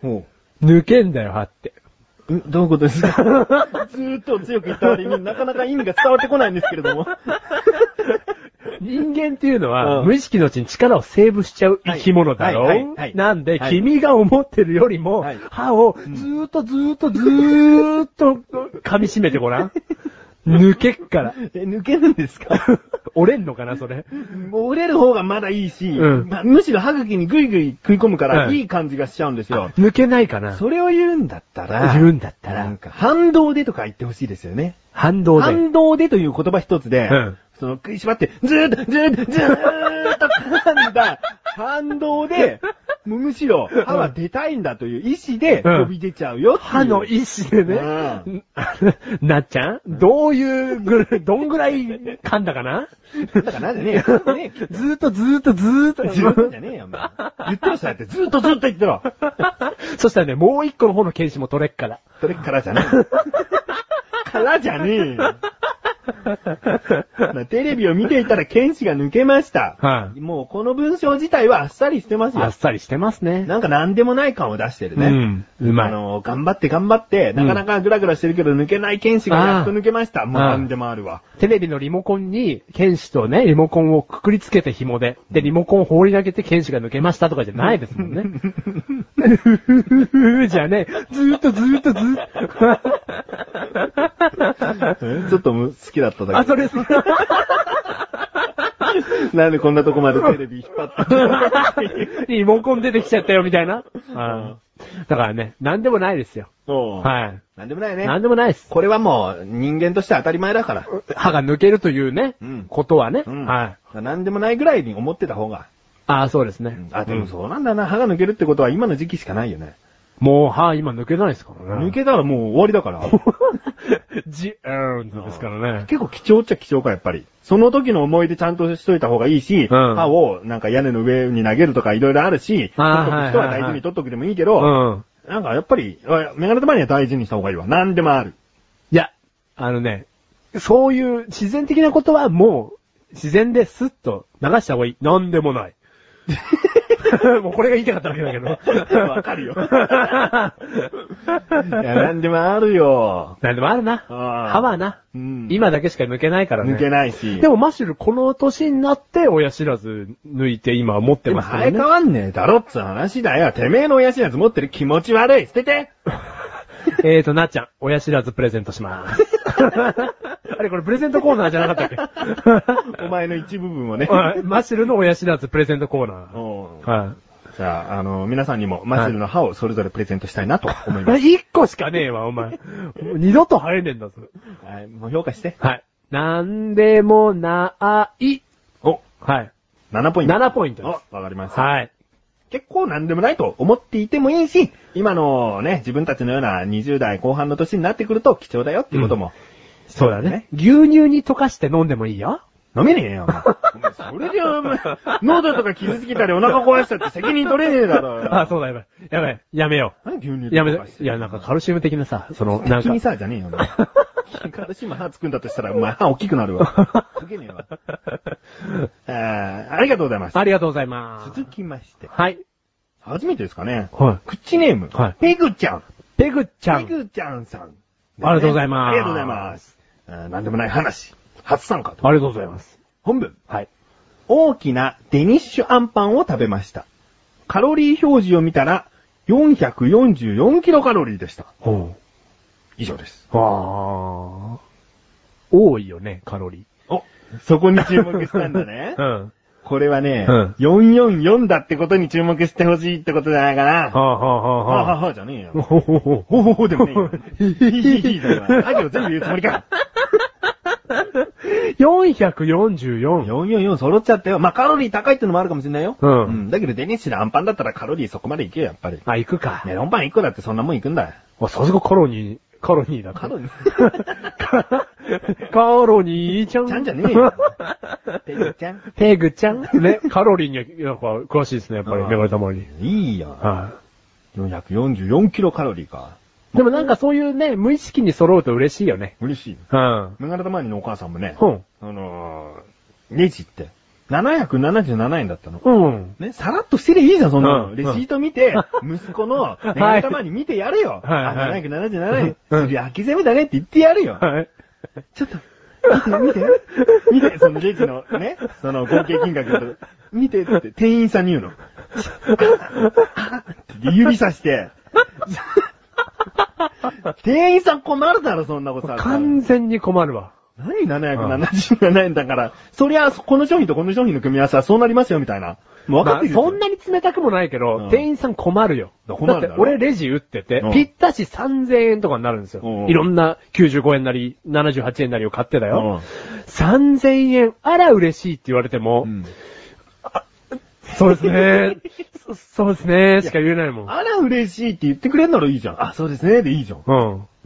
お抜けんだよ、歯って。んどういうことですか ずーっと強く言った割になかなか意味が伝わってこないんですけれども。人間っていうのは、うん無意識のうちに力をセーブしちゃう生き物だろ、はいはいはいなんで、はい君が思ってるよりも、はい歯をずーっとずーっとずーっと噛み締めてご らん。抜けっから。 え、抜けるんですか折れんのかな、それ。折れる方がまだいいし、うんまむしろ歯茎にグイグイ食い込むから、うんいい感じがしちゃうんですよ。抜けないかな。それを言うんだったら、言うんだったならん、か反動でとか言ってほしいですよね。反動で。反動でという言葉一つで、うんその食 いしばって、ずーっと、ずーっと、ずーっと、ずーっと噛んだ、反動で、もうむしろ、歯は出たいんだという意志で飛び出ちゃうよっていう歯の意志でね、う なっちゃんどういうぐらい、どんぐらい噛んだかなだからなんで ねえよ。ねえずーっとずーっとずーっと。自分じゃねえよ、お前。言ってろ、そうやって。ずっとずっと言ってろ。 そしたらね、もう一個の方の剣士も取れっから。それからじゃねえ。からじゃねえよ。まあテレビを見ていたら剣士が抜けました。はいもうこの文章自体はあっさりしてますあっよ。さりしてますね。なんか何でもない感を出してるね。うんうまいあの、頑張って頑張って、なかなかグラグラしてるけど抜けない剣士がやっと抜けました。もうああ何でもあるわ。テレビのリモコンに、剣士とね、リモコンをくくりつけて紐で。で、リモコンを放り投げて剣士が抜けましたとかじゃないですもんね。ふふふふじゃねえ、ずーっとずーっとずーっと。うんちょっとむ好きだっただけ。あ、それそれ。なんでこんなとこまでテレビ引っ張 ってリモコン出てきちゃったよ、みたいな。だからね、なんでもないですよ。そう。はい。なんでもないね。なんでもないです。これはもう人間として当たり前だから。歯が抜けるというね、うんことはね。うん。はい。なんでもないぐらいに思ってた方が。ああ、そうですね。あ、でもそうなんだな。歯が抜けるってことは今の時期しかないよね。もう歯今抜けないですからね。抜けたらもう終わりだ から。 じ、うん、ですからね。結構貴重っちゃ貴重か、やっぱり。その時の思い出ちゃんとしといた方がいいし、うん歯をなんか屋根の上に投げるとかいろいろあるし、あー取っとく人はいはいははい大事に取っとくでもいいけうど、ん。なんかやっぱり、あメガネ玉には大事にした方がいいわ。なんでもある。いや、あのね、そういう自然的なことはもう、自然でスッと流した方がいい。なんでもない。 もうこれが言いたかった わけだけど。わかるよいや、なんでもあるよ。なんでもあるな。あー歯はな、うん今だけしか抜けないからね。 抜けないし。でもマシュルこの年になって親知らず抜いて今持ってでもますか生えらね変。わんねえだろっつう話だよ。てめえの親知らず持ってる気持ち悪い。捨て て えーと、なっちゃん、親知らずプレゼントします。 あれこれプレゼントコーナーじゃなかったっ お前の一部分をねけ。はいマシュルの親知らずプレゼントコーナおうー。はじゃあ、あの、皆さんにもマシルの歯をそれぞれプレゼントしたいなと思いい。ます。一個しかねえわ、お前。もう二度と入れねえんだぞ。はい、もう評価して。はい。なんでもない。お、はい。 7ポイント。 7ポイントおで、。わかりますした。はい。結構なんでもないと思っていてもいいし、今のね、自分たちのような20代後半の年になってくると貴重だよっていうことも。そうだね。牛乳に溶かして飲んでもいいよ。飲めねえよ、お 前お前それじゃ、お前喉とか傷つけたりお腹壊したって責任取れねえだろ。 あ、そうだ、やばい。やばい。やめよう。何牛乳やめ、いとかしてや、なんかカルシウム的なさ、その、なんか君、さ、じゃねえよ、お 前カルシウム歯つくんだとしたら、お前歯大きくなるわ。つけねえ わ。えーありがとうございます。ありがとうございます。続きまして、はい。初めてですかね。は口ネーム、はいペグちゃん。い。ペグちゃペん。グちゃんさん、ありがとうございますありがとうございます。えーなんでもない話。初参加と。ありがとうございます。本文。はい。大きなデニッシュアンパンを食べました。カロリー表示を見たら、444キロカロリーでした。ほ以上です。う。はあ。多いよね、カロリお、そこに注目したんだねー。。ん。これはね、うん444だってことに注目してほしいってことじゃないかはな。あ、はあははああははあはあじゃねえあ。よ。ほほほ。ほうほうほうでもねえよ。ひひひひひ ひだから。ラジオ全部言うつもりか。 444。 444揃っちゃったよ。まあ、カロリー高いってのもあるかもしれないよ。うんだけどデニッシュでアンパンだったらカロリーそこまでいけよ、やっぱり。あ、行くか。メロンパン1個だってそんなもんいくんだよ。あさすがカロニー、カロニーだってカロリー。 カロニーちゃん。ちゃんじゃねえよ。ペグちゃん。ペグちゃんね、カロリーには、やっぱ、詳しいですね、やっぱり、うんメガネたまに。いいよ。は444キロカロリーか。い。でもなんかそういうね、無意識に揃うと嬉しいよね。嬉しうい。ん。メガネ玉にのお母さんもね、ほん。あのー、レジって、777円だったの。うん。ね、さらっとしてりゃいいじゃん、そんなの。うんレシート見 て、息子の、メガネ玉に見てやれよ。はいあはい777円、うん釣り飽き攻めだねって言ってやるよ。はい。ちょっと、見て、見て、見て、そのレジのね、その合計金額のと、見てって店員さんに言うの。って指 さして、店員さん困るだろ、そんなことさ。完全に困るわ。何777円だから、そりゃ、この商品とこの商品の組み合わせはそうなりますよ、みたいな。もう分かってるまあよそんなに冷たくもないけど、うん店員さん困るよ。だ困るだろって俺レジ打ってて、うんぴったし3000円とかになるんですよ。うんいろんな95円なり、78円なりを買ってだよ。う3000円、あら嬉しいって言われても、ん。そうですね。そそうですね、しか言えないもん。あら嬉しいって言ってくれるならいいじゃん。あ、そうですね、でいいじゃん。う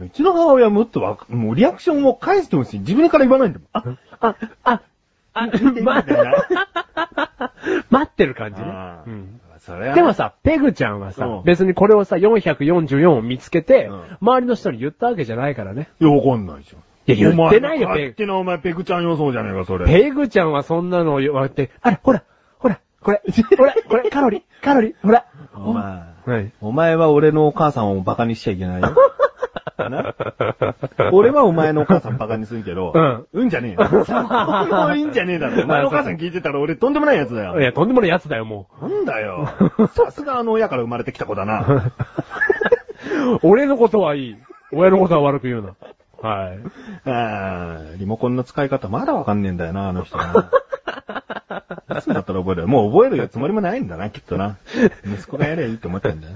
ん。うちの母親はもっとわか、もうリアクションを返してほしい。自分から言わないんだもん。あ、あ、あ、あ、 まみたいな。待ってる感じね。あーうんそれはでも、さ、ペグちゃんはさ、うん別にこれをさ、444を見つけて、うん周りの人に言ったわけじゃないからね。いや、わかんないじゃん。いや言ってないよお前勝手なお前、ペグちゃん予想じゃねえか、それ。ペグちゃんはそんなのを言われて、あら、ほら、ほら、これ、ほら、これ、カロリー、カロリー、ほら。お前、はい。お前は俺のお母さんをバカにしちゃいけ ないよ。な俺はお前のお母さんバカにするけど、うん。うんじゃねえ よ。もういいんじゃねえだろ。お前のお母さん聞いてたら俺とんでもないやつだいよ。や、とんでもないやつだよ、もなんだよ。 さすがあの親から生まれてきた子だな。う。 俺のことはいい。親のことは悪く言うな。はい。 あーリモコンの使い方まだわかんねえんだよな、あの 人な。いつになったら覚えるよもう覚えるつもりもないんだな、きっとな。息子がやればいいと思ってんだよ。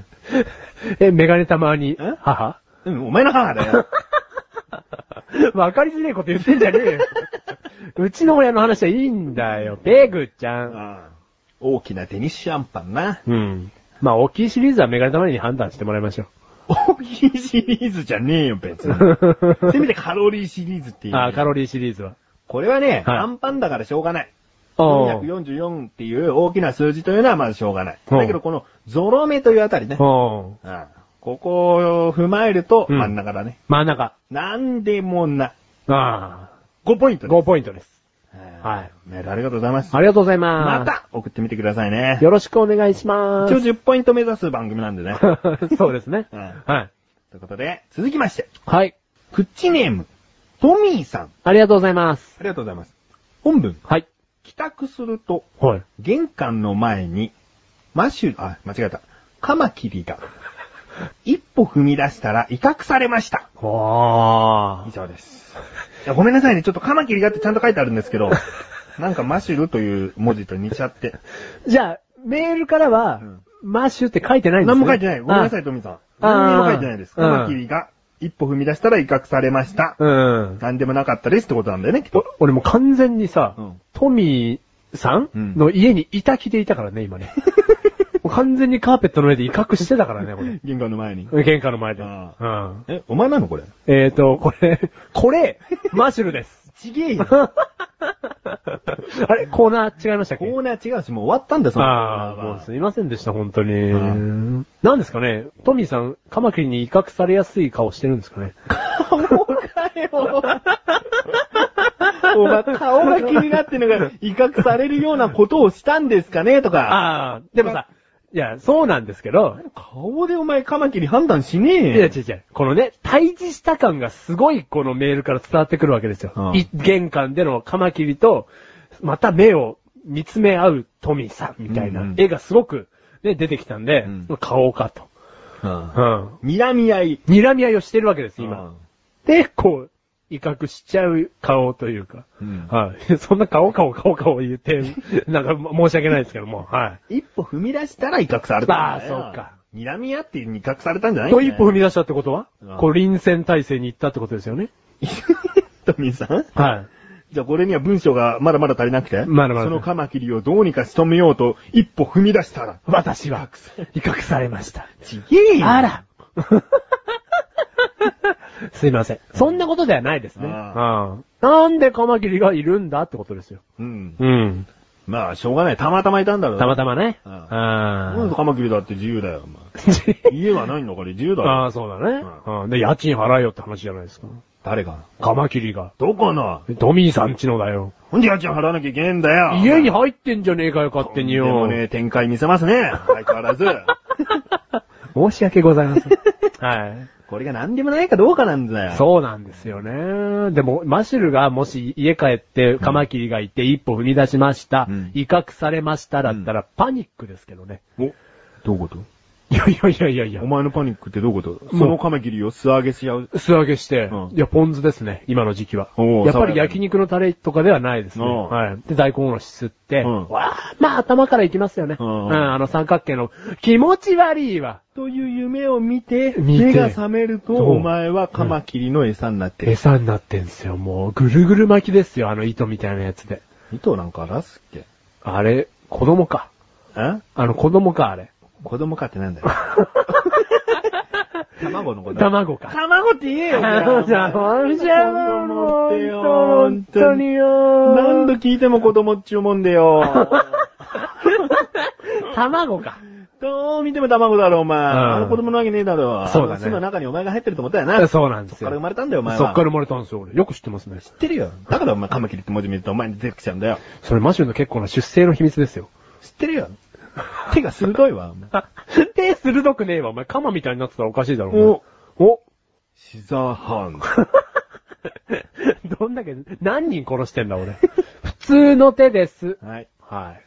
え、メガネたまにえ、母 うん、お前の母だよ。わかりづらいこと言ってんじゃねえよ。うちの親の話はいいんだよ、ペグちゃん。あー大きなテニッシュアンパンな。うん。まあ、大きいシリーズはメガネたまに判断してもらいましょ。大きいシリーズじゃねえよ、別に。せめてカロリーシリーズっていうう。あー、カロリーシリーズは。これはね、はいアンパンだからしょうがない。おー444っていう大きな数字というのはまずしょうがない。うんだけどこのゾロ目というあたりね。おーああここを踏まえるとうん真ん中だね。真ん中。なんでもな。あ5ポインあ。トで5す。ポイントです。ははいい。メールありがとうございます。ありがとうございます。また送ってみてくださいね。よろしくお願いしま一応す。 10ポイント目指す番組なんでね。 そうですね。うんはい。ということで、続きまして、はい。クッチネーム、トミーさん。あありがとうございます。りがとうございます。本文、はい。帰宅すると、はい。玄関の前に、マッシュ、あ、間違えた。カマキリ が、一歩踏み出したら威嚇されました。わ以上です。いや、ごめんなさいね。ちょっとカマキリがってちゃんと書いてあるんです けど、なんかマシュルという文字と似ちゃって。ー。じゃあ、メールからは、んマッシュって書いてないんです何ねも書いてない。ごめんなさい、あトミーさん。あー何にも書いてないです。うんカマキリが一歩踏み出したら威嚇されました。うん。何でもなかったですってことなんだよね、きっおと。俺もう完全にさ、うんトミーさん、うんの家にいた気でいたからね、今 ね。もう完全にカーペットの上で威嚇してたからね、こ玄関の前に。 れ。玄関の前で。あうん。え、お前なのこれ。えーと、これ、 これ、マッシュル です。ちげ えよ。あれ、コーナー違いましたっけコーナー違うし、もう終わったんだよ、そのああ、もうすいませんでした、本当にああ。何ですかねトミーさん、カマキリに威嚇されやすい顔してるんですかねお前、顔が気になってるのが威嚇されるようなことをしたんですかねとか。ああ、でもさ、いや、そうなんですけど、顔でお前カマキリ判断しねいえや、違よう。違う、このね、対峙した感がすごいこのメールから伝わってくるわけですよあ。あい玄関でのカマキリと、また目を見つめ合うトミーさん、みたいうんうなん絵がすごく、ね、出てきたんでうん、買おうかと。うん。睨み合い。睨み合いをしてるわけです、今。うんで、こう、威嚇しちゃう顔というか。うんはい。 そんな顔顔顔顔言って、 なんか申し訳ないですけども、は一歩踏み出したら威嚇されたんだよ。ああそうか。。睨み合って威嚇されたんじゃないいんとだよ一歩踏み出したってことはうんこう臨戦態勢に行ったってことですよね。 トミーさんはじゃあこれには文章がまだまだ足りなくてまだまだそのカマキリをどうにか仕留めようと、一歩踏み出したら。い。私は、威嚇されました。ちげえよ あら すいません。そんなことではないですね。あうんなんでカマキリがいるんだってことですよ。うん。うん。まあ、しょうがない。たまたまいたんだろうなたまたまね。うんあうんカマキリだって自由だよ、お前家はないんだから自由だあろ。あ、そうだね、うんで、家賃払えよって話じゃないですか。誰がカマキリが。どこのドミーさんちのだよ。ほんで家賃払わなきゃいけねえんだよ。家に入ってんじゃねえかよ、勝手にでよ。もね、展開見せますね。相変わ らず。申し訳ございません。 はこれが何でもないかどうかなんだい。よ。そうなんですよね。でも、マシュルがもし家帰って、カマキリがいて一歩踏み出しました、うん威嚇されましただったら、パニックですけどね。う。お、どういうこといやいやいやいやいやお。前のパニックってどういうことそもうのカマキリを素揚げし合う。素揚げして、うんいや、ポン酢ですね、今の時期は。おーやっぱり焼肉のタレとかではないですね。うんはい。で、大根おろし吸って、うんわあまあ頭からいきますよね。うんあの三角形の、気持ち悪いわ。という夢を見て、見て目が覚めると、そうお前はカマキリの餌になってる。餌になってんすよ、もう。ぐるぐる巻きですよ、あの糸みたいなやつで。糸なんかあらすっけあれ、子供か。んあの、子供か、あれ。子供かってなんだ よ。卵の子だ。卵か。卵って言えよ、 じゃあ、ほんじゃあ、もう、ほん本と当にによ。何度聞いても子供っちゅうもんで よ。卵か。どう見ても卵だろ、お前。あの子供のわけねえだろ。そうだねあの巣の中にお前が入ってると思ったよな。そうなんですよ。そっから生まれたんだよお前はそっから生まれたんですよ、俺。よく知ってますね。知ってるよ。だからお前、カマキリって文字見るとお前に出てきちゃうんだよ。それ、マシューの結構な出生の秘密ですよ。知ってるよ。手が鋭いわ、お前。手鋭くねえわ。お前、鎌みたいになってたらおかしいだろ。おおシザーハン。どんだけ、何人殺してんだ、俺。普通の手です。 はい。はい。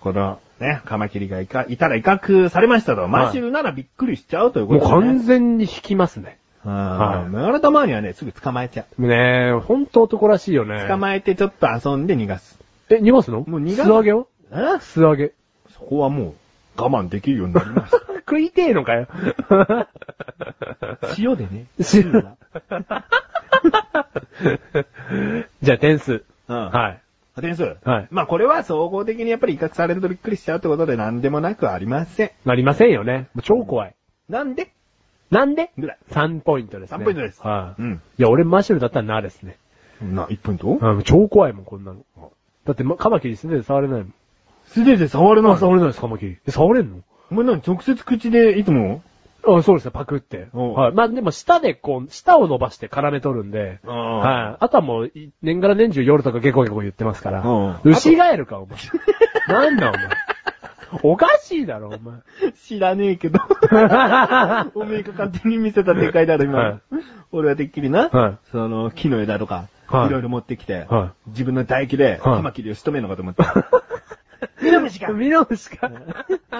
この、ね、カマキリがいか、いたら威嚇されましたと。マシュルならびっくりしちゃうというこもとうで、ね。完全に引きますね。は。はいいメガネ玉にはね、すぐ捕まえちゃねえ、ほんと男らしいよね。う。捕まえてちょっと遊んで逃がす。え、逃がすのもう逃がす素揚げをえ素揚げ。そこはもう、我慢できるようになりまし 食いてえのかよ。た。 塩でね。知るな。 じゃあ点数。うんはい。点数はいまあこれは総合的にやっぱり威嚇されるとびっくりしちゃうってことで何でもなくありません。なりませんよね。もう超怖い。なんでなんでぐらい。 ?3 ポイントですね。 3ポイントですはい。うんいや、俺マシュルだったらなですね。な、1ポイントうん、超怖いもん、こんなの。だって、ま、カマキリ素手で触れないもん。素手で触るのあ、触れないです、カマキリ。え触れんのお前何直接口でいつもあ、そうですね、パクって。おうはい。まあ、でも、舌でこう、舌を伸ばして絡め取るんで、ああはい。あとはもう、い年がら年中夜とかゲコゲコ言ってますからおう、牛ガエルか、お前。なんだ、お前。おかしいだろ、お前。 知らねえ けど。おめえが勝手に見せた展開だろ、今。はい俺はてっきりな、はいその、木の枝とか、はいい、ろいろ持ってきて、は自分の唾液で、はいカマキリを仕留めるのかと 思った。ミノムシかミノムシ か。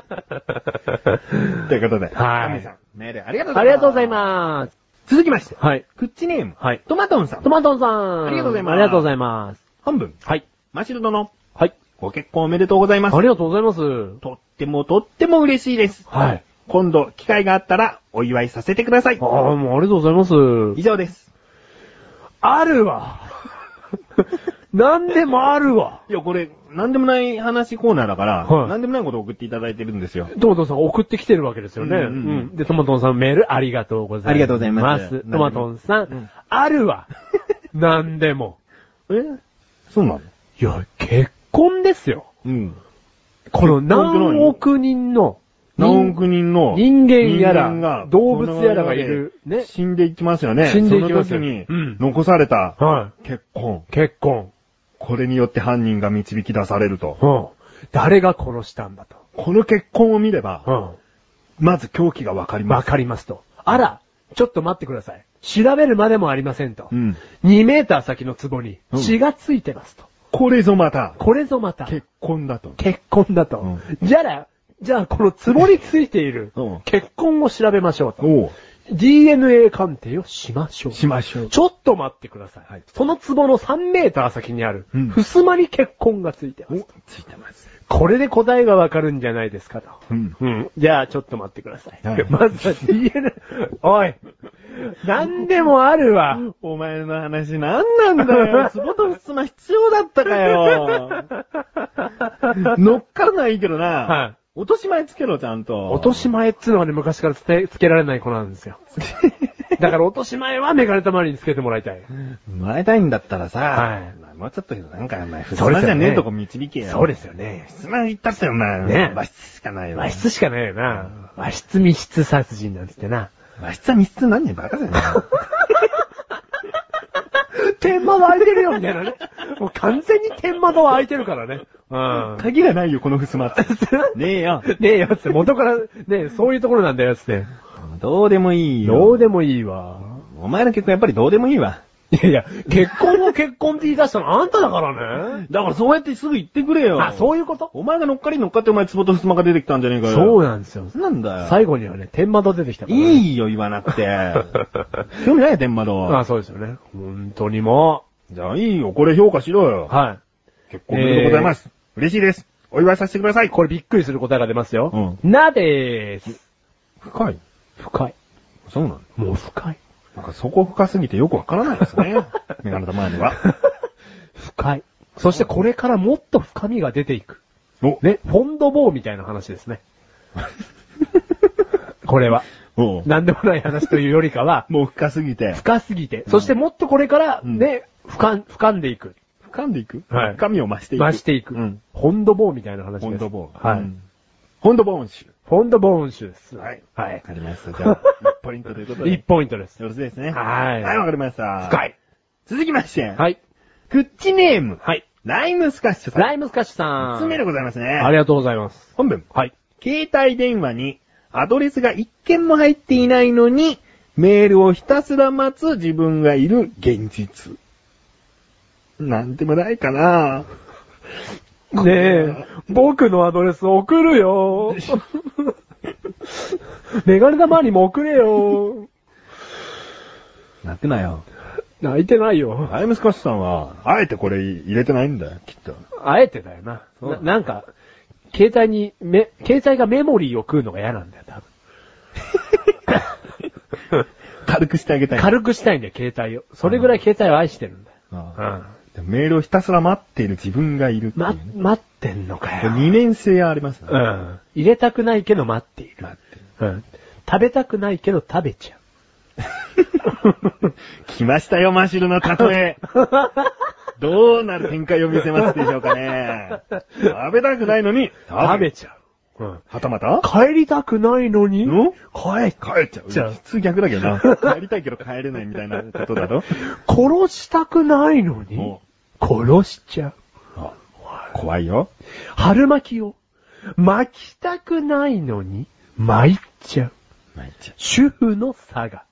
ということで、はい神さん、メールありがとうございます。ありがとうございます。す。続きまして、はい。クッチネーム、はいトマトンさんト、マトンさん。ありがとうございますありがとうございます。本文、はい。マシルドのはい。ご結婚おめでとうございますあ。りがとうございます。とってもとっても嬉しいです。はい。今度、機会があったら、お祝いさせてくださいあ。あ、もうありがとうございます。以上です。あるわ。 何でもあるわ。いや、これ、なんでもない話コーナーだから、はいなんでもないことを送っていただいてるんですよ。トマトンさんが送ってきてるわけですよね。ううんんうんうんで、トマトンさんメールありがとうございます。ありがとうございますトマトンさん、うんあるわ。何でも。えそうなのいや、結婚ですよ。うん。この何億人の何億人の人間やら人間が動物やらがいるこの世ねで死んでいきますよね。死んでいきますそよの時うにん、残されたは結婚。い。結婚。これによって犯人が導き出されると。うん。誰が殺したんだと。この結婚を見れば、うん。まず狂気がわかりまわす。かりますと。あら、ちょっと待ってください。調べるまでもありませんと。うん。 2メーター先の壺にうん血がついてますと。これぞまた、これぞまた、結婚だと。結婚だと。うじゃあ、じゃあこの壺についているうん血痕を調べましょうと。おう DNA 鑑定をしましょう。しましょうちょっと待ってください。はいその壺の3メーター先にある、うん襖に血痕がついてます。お、ついてます。これで答えがわかるんじゃないですかと。うんうん。じゃあ、ちょっと待ってください。はいまずは DNA、お い何でもあるわ。お前の話なんなん だよ。つぼとふつま必要だったかよ。乗っからないいけどな。はい落とし前つけろ、ちゃんと。落とし前っつうのはね、昔からつけつけられない子なんです よ。だから落とし前はメガネたまりにつけてもらいたい。生まれたいんだったらさ、はいまあもうちょっとなんか、お前、ふつそうでますよねじゃねえとこ導けよ。そうですよねふ。つま言ったってお前、ね和室しかないよ。和室しかないよな。和室密室殺人なんつってな。和室は密室なんねえバカだよ。 天窓開いてるよみたいなね。 もう完全に天窓は開いてるからね。うん。鍵がないよ、このふす まって。ねえよ。ねえよっつって、元から、ねえ、そういうところなんだよっつって。どうでもいいよ。どうでもいいわ。お前の結婚やっぱりどうでもいいわ。いやいや、結婚を結婚って言い出したのあんただからね。だからそうやってすぐ言ってくれよ。あ、そういうことお前が乗っかり乗っかってお前、ツボとふすまが出てきたんじゃねえかよ。そうなんですよ。なんだよ。最後にはね、天窓出てきたからね、いいいよ、言わなく て。興味ないよ、天窓。あ、そうですよね。本当にもじゃあいいよ、これ評価しろう。よ。は結構おめでとうございます。嬉しいです。お祝いさせてください。い。これびっくりする答えが出ますよ。うなでーす。深い。深い。そうなのもう 深い。なんかそこ深すぎてよくわからないで すね。メガネ玉には。深い。そしてこれからもっと深みが出ていく。お ね、フォンドボーみたいな話ですね。 これは。おうなんでもない話というよりかは、もう深すぎて。深すぎて、そしてもっとこれからうんね、深、深んでいく。深んでいくはい深みを増していく。増していく。うん。フォンドボーみたいな話です。ホンドボーン。はい。うん。ホンドボーン集。フォンドボーン種です。はいはわいか。りました。じゃあ、1ポイントということで。 1ポイントです。よろしいですね。はいはい、わかりました。深。い。続きまして。い。はい。クッチネーム。はい。ライムスカッシュさん。ライムスカッシュさん。詰めでございますね。ありがとうございます。本文。はい。携帯電話にアドレスが一件も入っていないのに、メールをひたすら待つ自分がいる現実。なんでもないかなねえ、 僕のアドレス送るよ。 メガネ玉にも送れよ。なってないよ。泣いてないよ。アイムスカッシュさんは、あえてこれ入れてないんだよ、きっと。あえてだよな。ななんか、携帯に、め、携帯がメモリーを食うのが嫌なんだよ、多分。軽くしてあげ たい。軽くしたいんだよ、携帯を。それぐらい携帯を愛してるんだよ。ああメールをひたすら待っている自分がいるっていうまね、、待ってんのかこれよ。二面性ありますね。うん。入れたくないけど待っている。待ってうん。食べたくないけど食べちゃう。 来ましたよ、マシルの例え。どうなる展開を見せますでしょうかね。食べたくないのに、食べちゃう。うん。はたまた帰りたくないのにん帰っ帰っちゃう。じゃあ普通逆だけど な。帰りたいけど帰れないみたいなことだ ろ。殺したくないのにお、殺しちゃう。あ怖いよ。春巻きを、巻きたくないのに、巻いちゃう。まいっちゃ主婦の差が。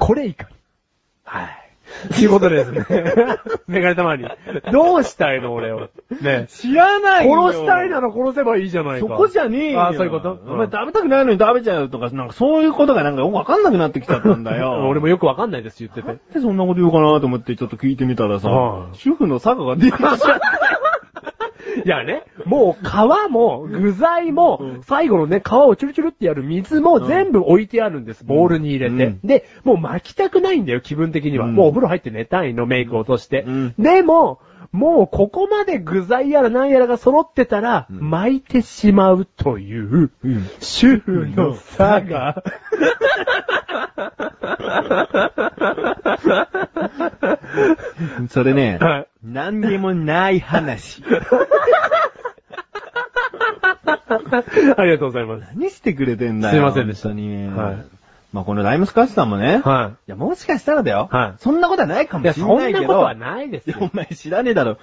これいかに。はい。ということ ですね。メガネたまに。どうしたいの俺を。ねう。知らな殺したいなろ。ら殺せばいいじゃないか。そこじゃねえよ。あーそういうことお前食べたくないのに食べちゃうとか、なんかそういうことがなんかよくわかんなくなってきちゃったんだよ。 俺もよくわかんないです、言ってて。なんでそんなこと言うかなと思ってちょっと聞いてみたらさは、い主婦の坂が出てきちゃった。 いやね、もう皮も具材も、最後のね、皮をチュルチュルってやる水も全部置いてあるんです、ボウルに入れて。うんで、もう巻きたくないんだよ、気分的には。うんもうお風呂入って寝たいの、メイク落として。うんでも、もうここまで具材やら何やらが揃ってたら、ん巻いてしまうという、うん主婦の差が、 それねはい、何でもない話。ありがとうございます。何してくれてんだよ。すいませんでした本当にね。はいまあこのライムスカッシュさんもね。はいや、もしかしたらだよ。はいそんなことはないかいもや、しそれんないけなど。ことはないですいやよ。お前知らねえだろ。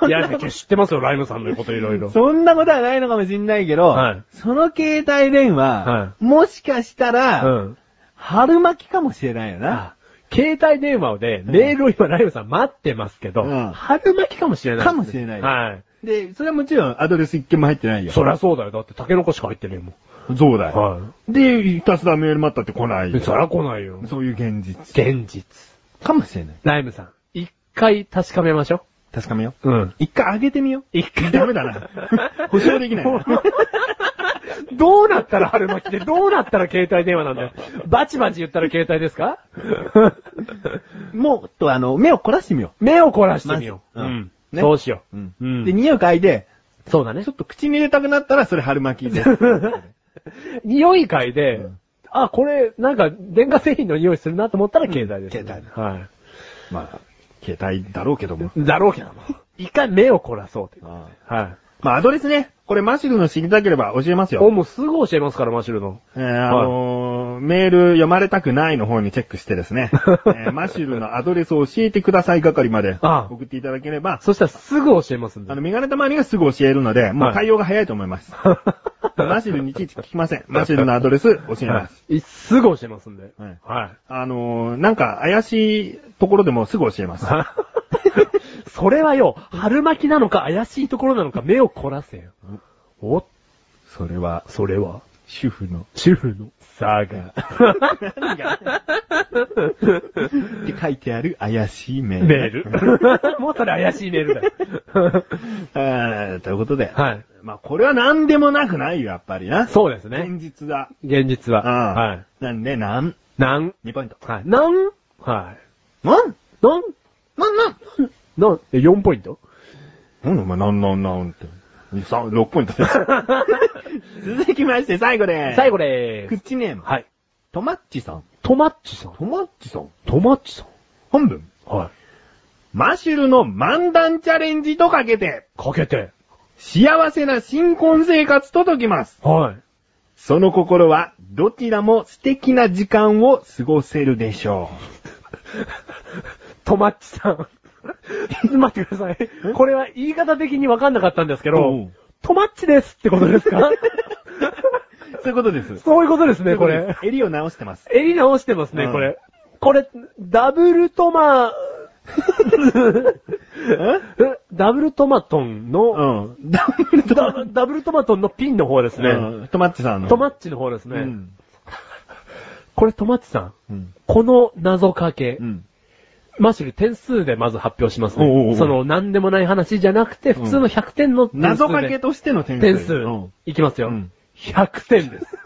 うんいや、知ってますよ、ライムさんのこといろいろ。そんなことはないのかもしんないけど、はいその携帯電話、はもしかしたら、うん。春巻きかもしれないよな。あ携帯電話で、メールを今、ライムさん待ってますけど、うん春巻きかもしれないですね。かもしれないはい。で、それはもちろんアドレス一件も入ってないよ。そりゃそうだよ。だって、タケノコしか入ってねえもそうだん。よ。はで、ひたすらメール待ったって来ないよい。そりゃ来ないよ。そういう現実。現実。かもしれない。ライムさん、一回確かめましょ確かめよう。う。うん。一回上げてみよう。一回ダメだ な。保証できないな。どうなったら春巻きで、どうなったら携帯電話なんだよ。バチバチ言ったら携帯です かもっとあの、目を凝らしてみよ目を凝らしてみよう。まずうんねそうしよう。う。で、匂い嗅いで、そうだねちょ。っと口に入れたくなったら、それ春巻き で。匂い嗅いで、あ、これ、なんか、電化製品の匂いするなと思ったら携帯です、うん携帯はまあ、携帯だろうけども。い。だろうけども。一回目を凝らそうという。まはい。あ、アドレスね。これ、マシルの知りたければ教えますお、よ。もうすぐ教えますから、マシュルの。えー、あのー、メール読まれたくないの方にチェックしてです ね、えーマシルのアドレスを教えてください係までああ送っていただければ、そしたらすぐ教えますんで あ。の、メガネたまにがすぐ教えるので、もう対応が早いと思います。マシルにいちいち聞きま せん。マシルのアドレス教えます。いすぐ教えますんで。はいはあのー、なんか怪しいところでもすぐ教えます。い。 それはよ、春巻きなのか怪しいところなのか目を凝らせよ。お、それは、それは、主婦の。主婦の差が。何がって書いてある怪しいメール。メー ル。もうそれ怪しいメールだよ。えーということで。はい。まあ、これは何でもなくないよ、やっぱりな。そうですね。現実だ。現実は。うんはい。なんで、なん。なん。 2ポイント。はい。なん。はい。ななん。んなんなんなん。え、4ポイントなんでお前、なんなんなんって。さ6ポイントです。 続きまして最後です。最後。後でーす。口ネーム。はい。トマッチさん。トマッチさん。トマッチさんトマッチさん。本文。はい。マシュルの漫談チャレンジとかけて、かけて。幸せな新婚生活と解きます。はい。その心は、どちらも素敵な時間を過ごせるでしょトマッチさん。待ってください。これは言い方的に分かんなかったんですけうどん、トマッチですってことですかう。そういうことです。そういうことですね、とこいうれと。で。襟を直してます。襟直してますね、うんこれ。これ、ダブルトマ、えダブルトマトンうの、ん。ダブルダブダブルトマトンのピンの方ですね。ね。トマッチさんの。トマッチの方ですね。うん。これトマッチさん。うん。この謎かけ、うん。マシュル点数でまず発表しますおうおうおね。うその、なんでもない話じゃなくて、普通の100点の点数で謎かけとしての点数。点数うん。、いきますようん。 100点です。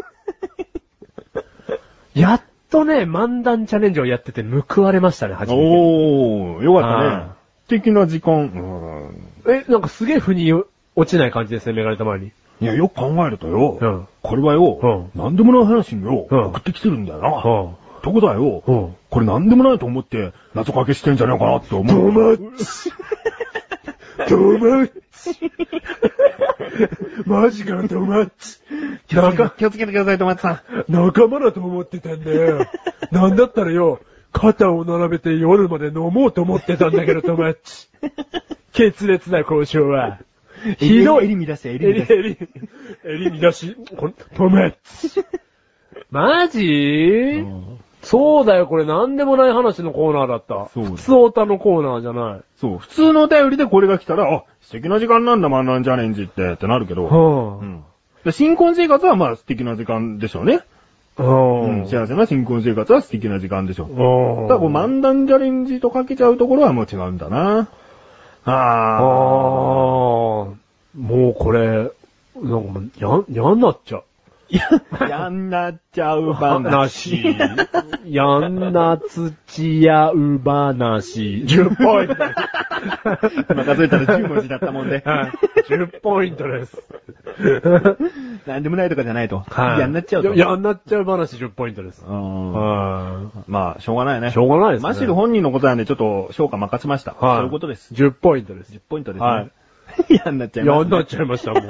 やっとね、漫談チャレンジをやってて報われましたね、初めて。おー、よかったねあ。素敵な時間。うんえ、なんかすげえ腑に落ちない感じですね、メガネたまに。いや、よく考えるとよ、うんこれはよ、うなんでもない話によ、うん送ってきてるんだよな。うんってことはよ、うんこれなんでもないと思って、謎かけしてんじゃねえかなって思う。チトマッ チマジかトマッチ気をつけ気をつけてください、トマツさ仲間だと思ってたんだよ。なんだったらよ、肩を並べて夜まで飲もうと思ってたんだけど、トマッチ。決裂な交渉は。ん。ひどい。襟乱して、エ襟リ乱して。エリエリ見出し、これトマッチ。マジ、うんそうだよ、これ何でもない話のコーナーだった。そうだ普通オタのコーナーじゃない。そう、普通のお便りでこれが来たら、あ、素敵な時間なんだ、マンランチャレンジって、ってなるけど、うはんで新婚生活はまあ素敵な時間でしょうね。あ。うん、はあ。幸せな新婚生活は素敵な時間でしょう。ああ。ただこう漫談チャレンジとかけちゃうところはもう違うんだな。ああ。ああ。もうこれ、なんかもう、や、やんなっちゃう。 やんなっちゃうな話。し。 やんな土屋う話。10ポイント。今数えたら10文字だったも んで。 10ポイントです。なんでもないとかじゃないと。はいやんなっちゃうと。ややんなっちゃう話10ポイントですう。んはまあ、しょうがないね。い。しょうがないですね。マシル本人のことなんでちょっと評価任せました。はい。そういうことです。 10ポイントです10。ポイントですはねい。 やんなっちゃいまやすんなっちゃいま した、もう。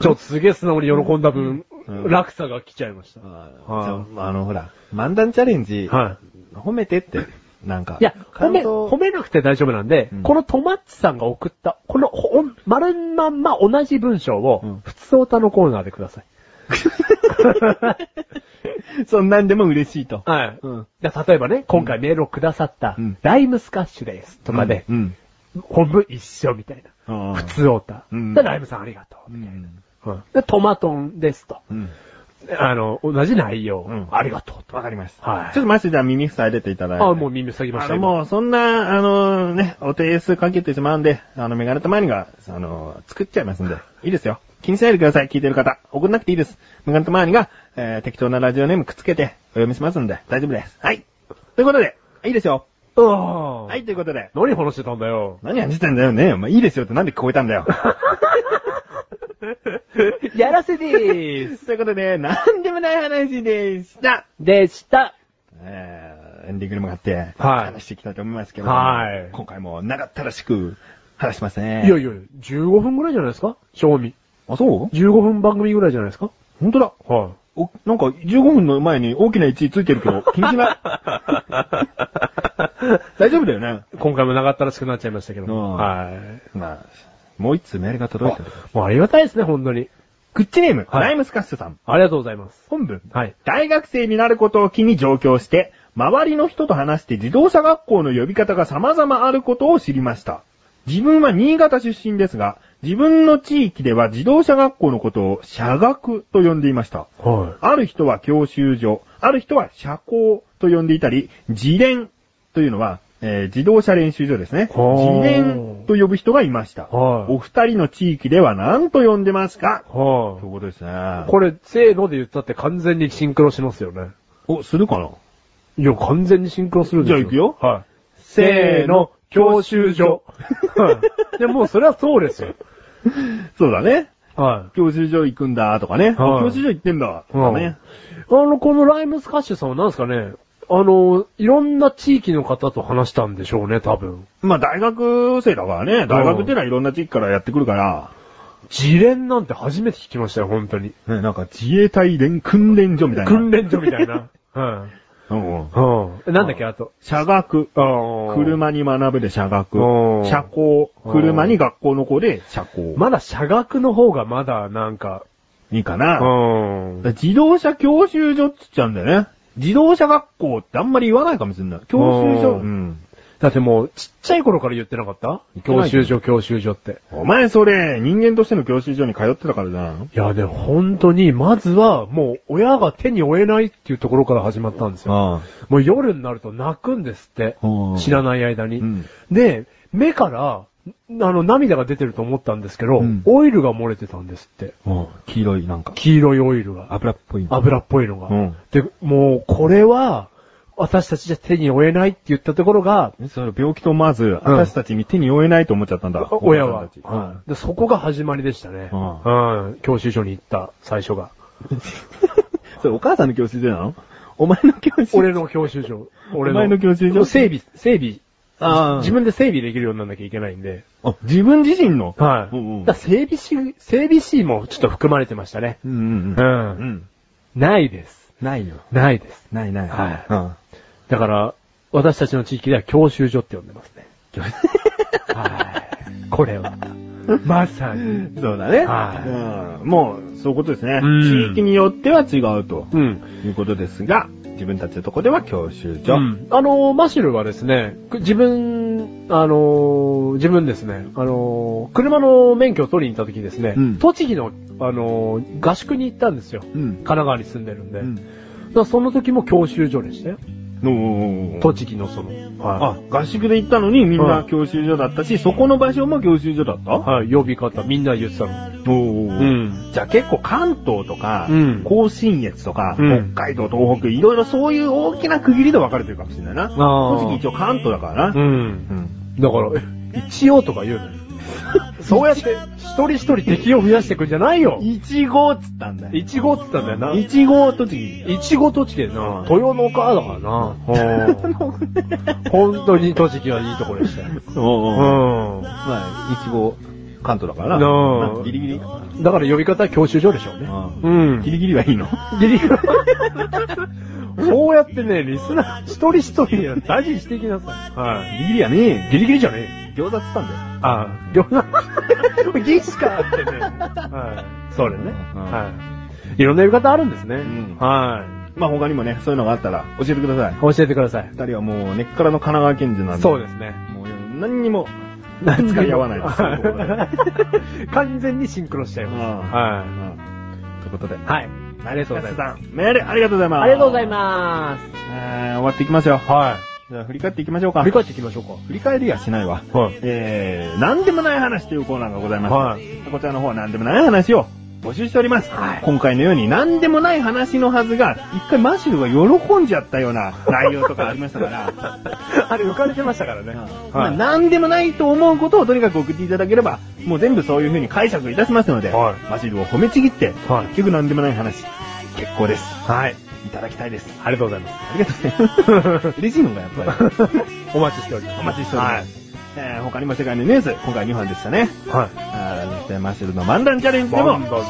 ちょっとすげえ素直に喜んだ分うん、落差が来ちゃいました。あはいーじゃああの、ほら、漫談チャレンジ、はい。褒めてって、なんか。いや、褒め、感動褒めなくて大丈夫なんで、うんこのトマッチさんが送った、この、ほ、丸まんま同じ文章を、うん普通歌のコーナーでください。そんなんでも嬉しいと。はい。うんじゃあ例えばね、今回メールをくださった、うんライムスカッシュです、とかで、うん。本文一緒みたいな。うん普通歌。うんで、ライムさんありがとう、うみたいん。な。で、トマトンですと。うん。であの、同じ内容、うんありがとうと。わかりました。はいちょっとマシじゃあ耳塞いでていただいて。あ、もう耳塞ぎましあた。の、今もう、そんな、あの、ね、お手数かけてしまうんで、あの、メガネたまにが、あの、作っちゃいますんで、いいですよ。気にしないでください、聞いてる方。送んなくていいです。メガネたまにが、えー、適当なラジオネームくっつけて、お読みしますんで、大丈夫です。はい。ということで、いいですよ。うんはい、ということで。何話してたんだよ。何やってんだよね。まあ、いいですよってなんで聞こえたんだよ。やらせでーす。 ということで、なんでもない話 でした。でした。えーエンディングに向かって、はい話していきたいと思いますけども、はい今回も長ったらしく話しますね。いやいや、15分ぐらいじゃないですか賞味。あ、そう15分番組ぐらいじゃないですか本当だ。はい。お、なんか15分の前に大きな1位ついてるけ ど、気にしない。大丈夫だよね。今回も長ったらしくなっちゃいましたけど。うんはい。まあ、もう一通メールが届いてる。もうありがたいですね、本当に。クッチネーム、はいライムスカッシュさん。ありがとうございます。本文。はい。大学生になることを機に上京して、周りの人と話して自動車学校の呼び方が様々あることを知りました。自分は新潟出身ですが、自分の地域では自動車学校のことを社学と呼んでいました。はある人は教習所、ある人は社校と呼んでいたり、自練というのは、えー自動車練習所ですね。ほう自練と呼ぶ人がいました。はいお二人の地域では何と呼んでますかい。はということですね。い。これ、せーので言ったって完全にシンクロしますよね。お、するかないや、完全にシンクロするでしょ。じゃあ行くよはい。せーの教習所。はい。でもうそれはそうですよ。そうだね。は教習所行くんだとかね。あはい教習所行ってんだとかね。い。あの、このライムスカッシュさんは何ですかねあの、いろんな地域の方と話したんでしょうね、多分。まあ大学生だからね。大学ってのはいろんな地域からやってくるから。自連なんて初めて聞きましたよ、本当に。ね、なんか自衛隊連訓練所みたいな。訓練所みたい な。うん。うんうん。うん。なんだっけ、あと。社学。あ車に学ぶで社学うん。社交。車に学校の子で社交。まだ社学の方がまだなんか、いいかうな。んだから自動車教習所って言っちゃうんだよね。自動車学校ってあんまり言わないかもしれない。教習所。うんうん。だってもう、ちっちゃい頃から言ってなかった言ってな教い習所、教習所って。お前それ、人間としての教習所に通ってたからじゃないのいや、でも本当に、まずは、もう、親が手に負えないっていうところから始まったんですよ。ああ。もう夜になると泣くんですってうん。知らない間に。うんで、目から、あの、涙が出てると思ったんですけど、うんオイルが漏れてたんですって。うん。黄色いなんか。黄色いオイルが。油っぽい。油っぽいのが。うんで、もう、これは、私たちじゃ手に負えないって言ったところが、えそれ病気と思わず、私たちに手に負えないと思っちゃったんだ。親はお母さんたちうんで。そこが始まりでしたね。ううん。教習所に行った、最初が。それお母さんの教習所なのお前の教習所。俺の教習所。俺の。お前の教習所整備、整備。ああ自分で整備できるようにならなきゃいけないんで。あ、自分自身のはい。うんうんだから整備士、整備士もちょっと含まれてましたね。うんうんううん。ん。ないです。ないよ。ないです。ないない。はいうん。だから、私たちの地域では教習所って呼んでますね。はい。これは。まさに。そうだね。はうんもう、そういうことですね。うん地域によっては違うとうん。いうことですが、自分たちのとこでは教習所。うんあのー、マシルはですね、く自分、あのー、自分ですね、あのー、車の免許を取りに行った時ですね、うん栃木の、あのー、合宿に行ったんですよ。うん神奈川に住んでるんで。うんだからその時も教習所でしたよ。の栃木のその。あは、合宿で行ったのにみんはない教習所だったし、そこの場所も教習所だったい。はい、呼び方、みんな言ってたの。おうーん。じゃあ結構関東とか、うん甲信越とか、うん北海道、東北、いろいろそういう大きな区切りで分かれてるかもしれないな。ー栃木一応関東だからうん。な。うんだから、え一応とか言うのよ。 そうやって、一人一人敵を増やしてくんじゃないよ。一号っつったんだよ。一号って言ったんだよな。一号栃木。一号栃木でな、豊の川だからな。本当に栃木はいいところでしたよ。うん。うまあ、一号関東だかならな。あまあギリギリ。ん。だから呼び方は教習所でしょうね。ううんん。ギギリギリはいいのリギリ。そうやってね、リスナー、一人一人を大事にしていきなさい。はギい。リギリやねギリギリじゃねえ。餃子っつったんだよ。ああ、餃子。ギリしかあってね。はい。それね。うんはい。いろんな呼び方あるんですね。んはい。まあ他にもね、そういうのがあったら教えてください。教えてください。二人はもう根っからの神奈川県人なんで。そうですね。もう何にも何使い合わないです。そういうところでい 完全にシンクロしちゃいます。ははい。ということで。い。はい。ありがとうございます。さん、メールありがとうございます。。ありがとうございますえー、終わっていきましょう。はじゃあ振り返っていきましょうい。か。振り返っていきましょう振り返りはしないわ。か。はい。えー、なんでもない話というコーナーがございます。はいこちらの方はなんでもない話を募集しております。はい今回のようになんでもない話のはずが、一回マシュルが喜んじゃったような内容とかありましたから、 あれ浮かれてましたからね。まあ、はなんでもないと思うことをとにかく送っていただければ、もう全部そういう風に解釈いたしますので、はいマシュルを褒めちぎって、い。はい。結局なんでもない話、結構です。はい。いただきたいです。ありがとうございまありがとうございます。 嬉しいのがやっぱり。す。お待ちしております。お待ちしております。えー他にも世界のニュース、今回2本でしたね。はい。はい。あーそしてマッシュルの漫談チャレンジでどもん、どんは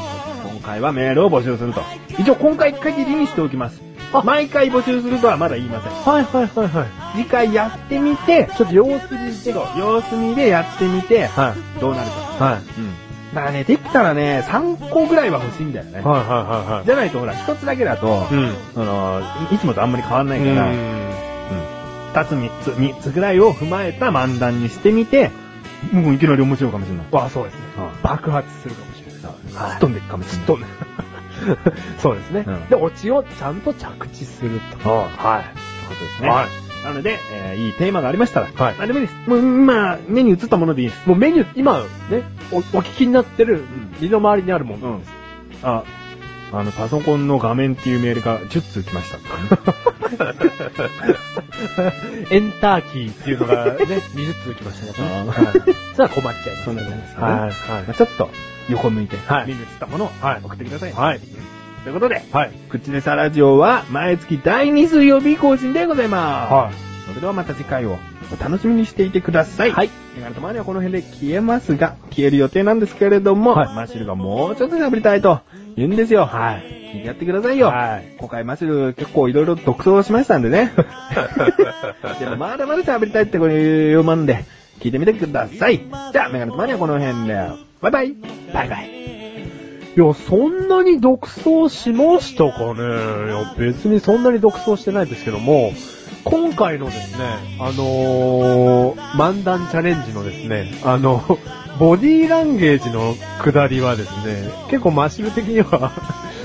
今回はメールを募集すると。一応今回限りにしておきます。毎回募集するとはまだ言いません。いはいはいはい。次回やってみて、ちょっと様子見しては様子見でやってみて、い。どうなるか。はい。だからね、できたらね、3個ぐらいは欲しいんだよね。はいはじゃないとほら、1つだけだと、いはい。うん。その、いつもとあんまり変わんないから、二つ三つ、三つぐらいを踏まえた漫談にしてみて、もういきなり面白いかもしれない。わあ、そうですねうん。爆発するかもしれない。はいすっ飛んでいくかもしれない。とね。 そうですね。うんで、オチをちゃんと着地すると。はということですい。ね。はい。なので、えーいいテーマがありましたら、はい何でもいいです。もう今、目に映ったものでいいです。もうメニュー、今ね、おお聞きになってるん、身の回りにあるもの。ん。あ、あ、あの、パソコンの画面っていうメールが10通来ました。エンターキーっていうの がね、20通きましたから ね。あそれは困っちゃいますそんね。な感じですかねはい、はいまあ。ちょっと、横向いて、はい目に映ったものをはい送ってください。はいということで、はい。口でさラジオは毎月第2水曜日更新でございます。はそれではまた次回をお楽しみにしていてください。はい。メガネとマネはこの辺で消えますが、消える予定なんですけれども、はいマシルがもうちょっと喋りたいと言うんですよ。はい。聞いてやってくださいい。よ。はい。今回マシル結構いろいろ独走しましたんで ね。でもまだまだ喋りたいってこれ言うもんで、聞いてみてください。じゃあメガネとマネはこの辺で、バイバイ。バイバイ。いや、そんなに独走しましたかねいや、別にそんなに独走してないですけども、今回のですね、あのー、漫談チャレンジのですね、あの、ボディーランゲージの下りはですね、結構マシル的には、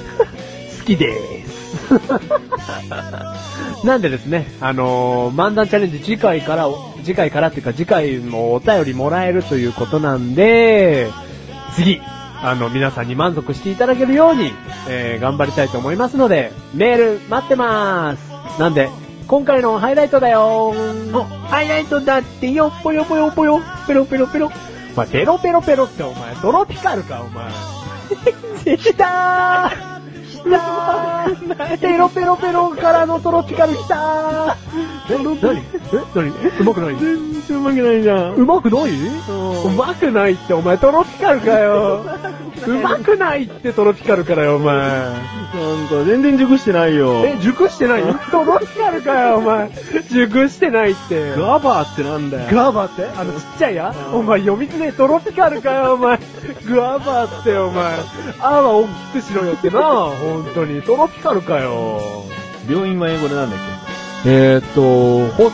好きです。 なんでですね、あのー、漫談チャレンジ次回から、次回からっていうか次回もお便りもらえるということなんで、次、あの、皆さんに満足していただけるように、えー、頑張りたいと思いますので、メール待ってまーす。なんで、今回のハイライトだよーお、ハイライトだってよ、ぽよぽよぽよ、ペロペロペロ。お前、ペロペロペロってお前、トロピカルか、お前。 来たー 来たーペロペロペロからのトロピカル来たーえ、なにえ、なにうまくない全然うまくないじゃん。うまくないうまくないって、お前、トロピカルか よ。うまくないって、トロピカルからよ、お前。なんか全然熟してないよ。え、熟してないトロピカルかよ、お前。熟してないって。ガバーってなんだよ。グアバーってあのちっちゃいやお前読みづれえトロピカルかよ、お前。グアバーってお前。あは大きくしろよってな、本当に。トロピカルかよ。病院は英語でなんだっえーっと、ホ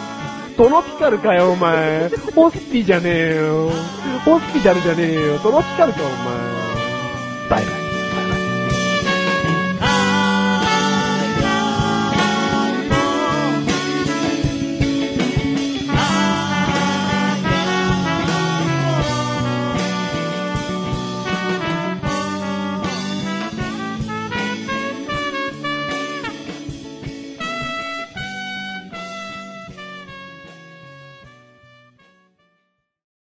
トロピカルかよ、お前。ホスピじゃねえよ。ホスピタルじゃねえよ。トロピカルか、お前。けバイバイ。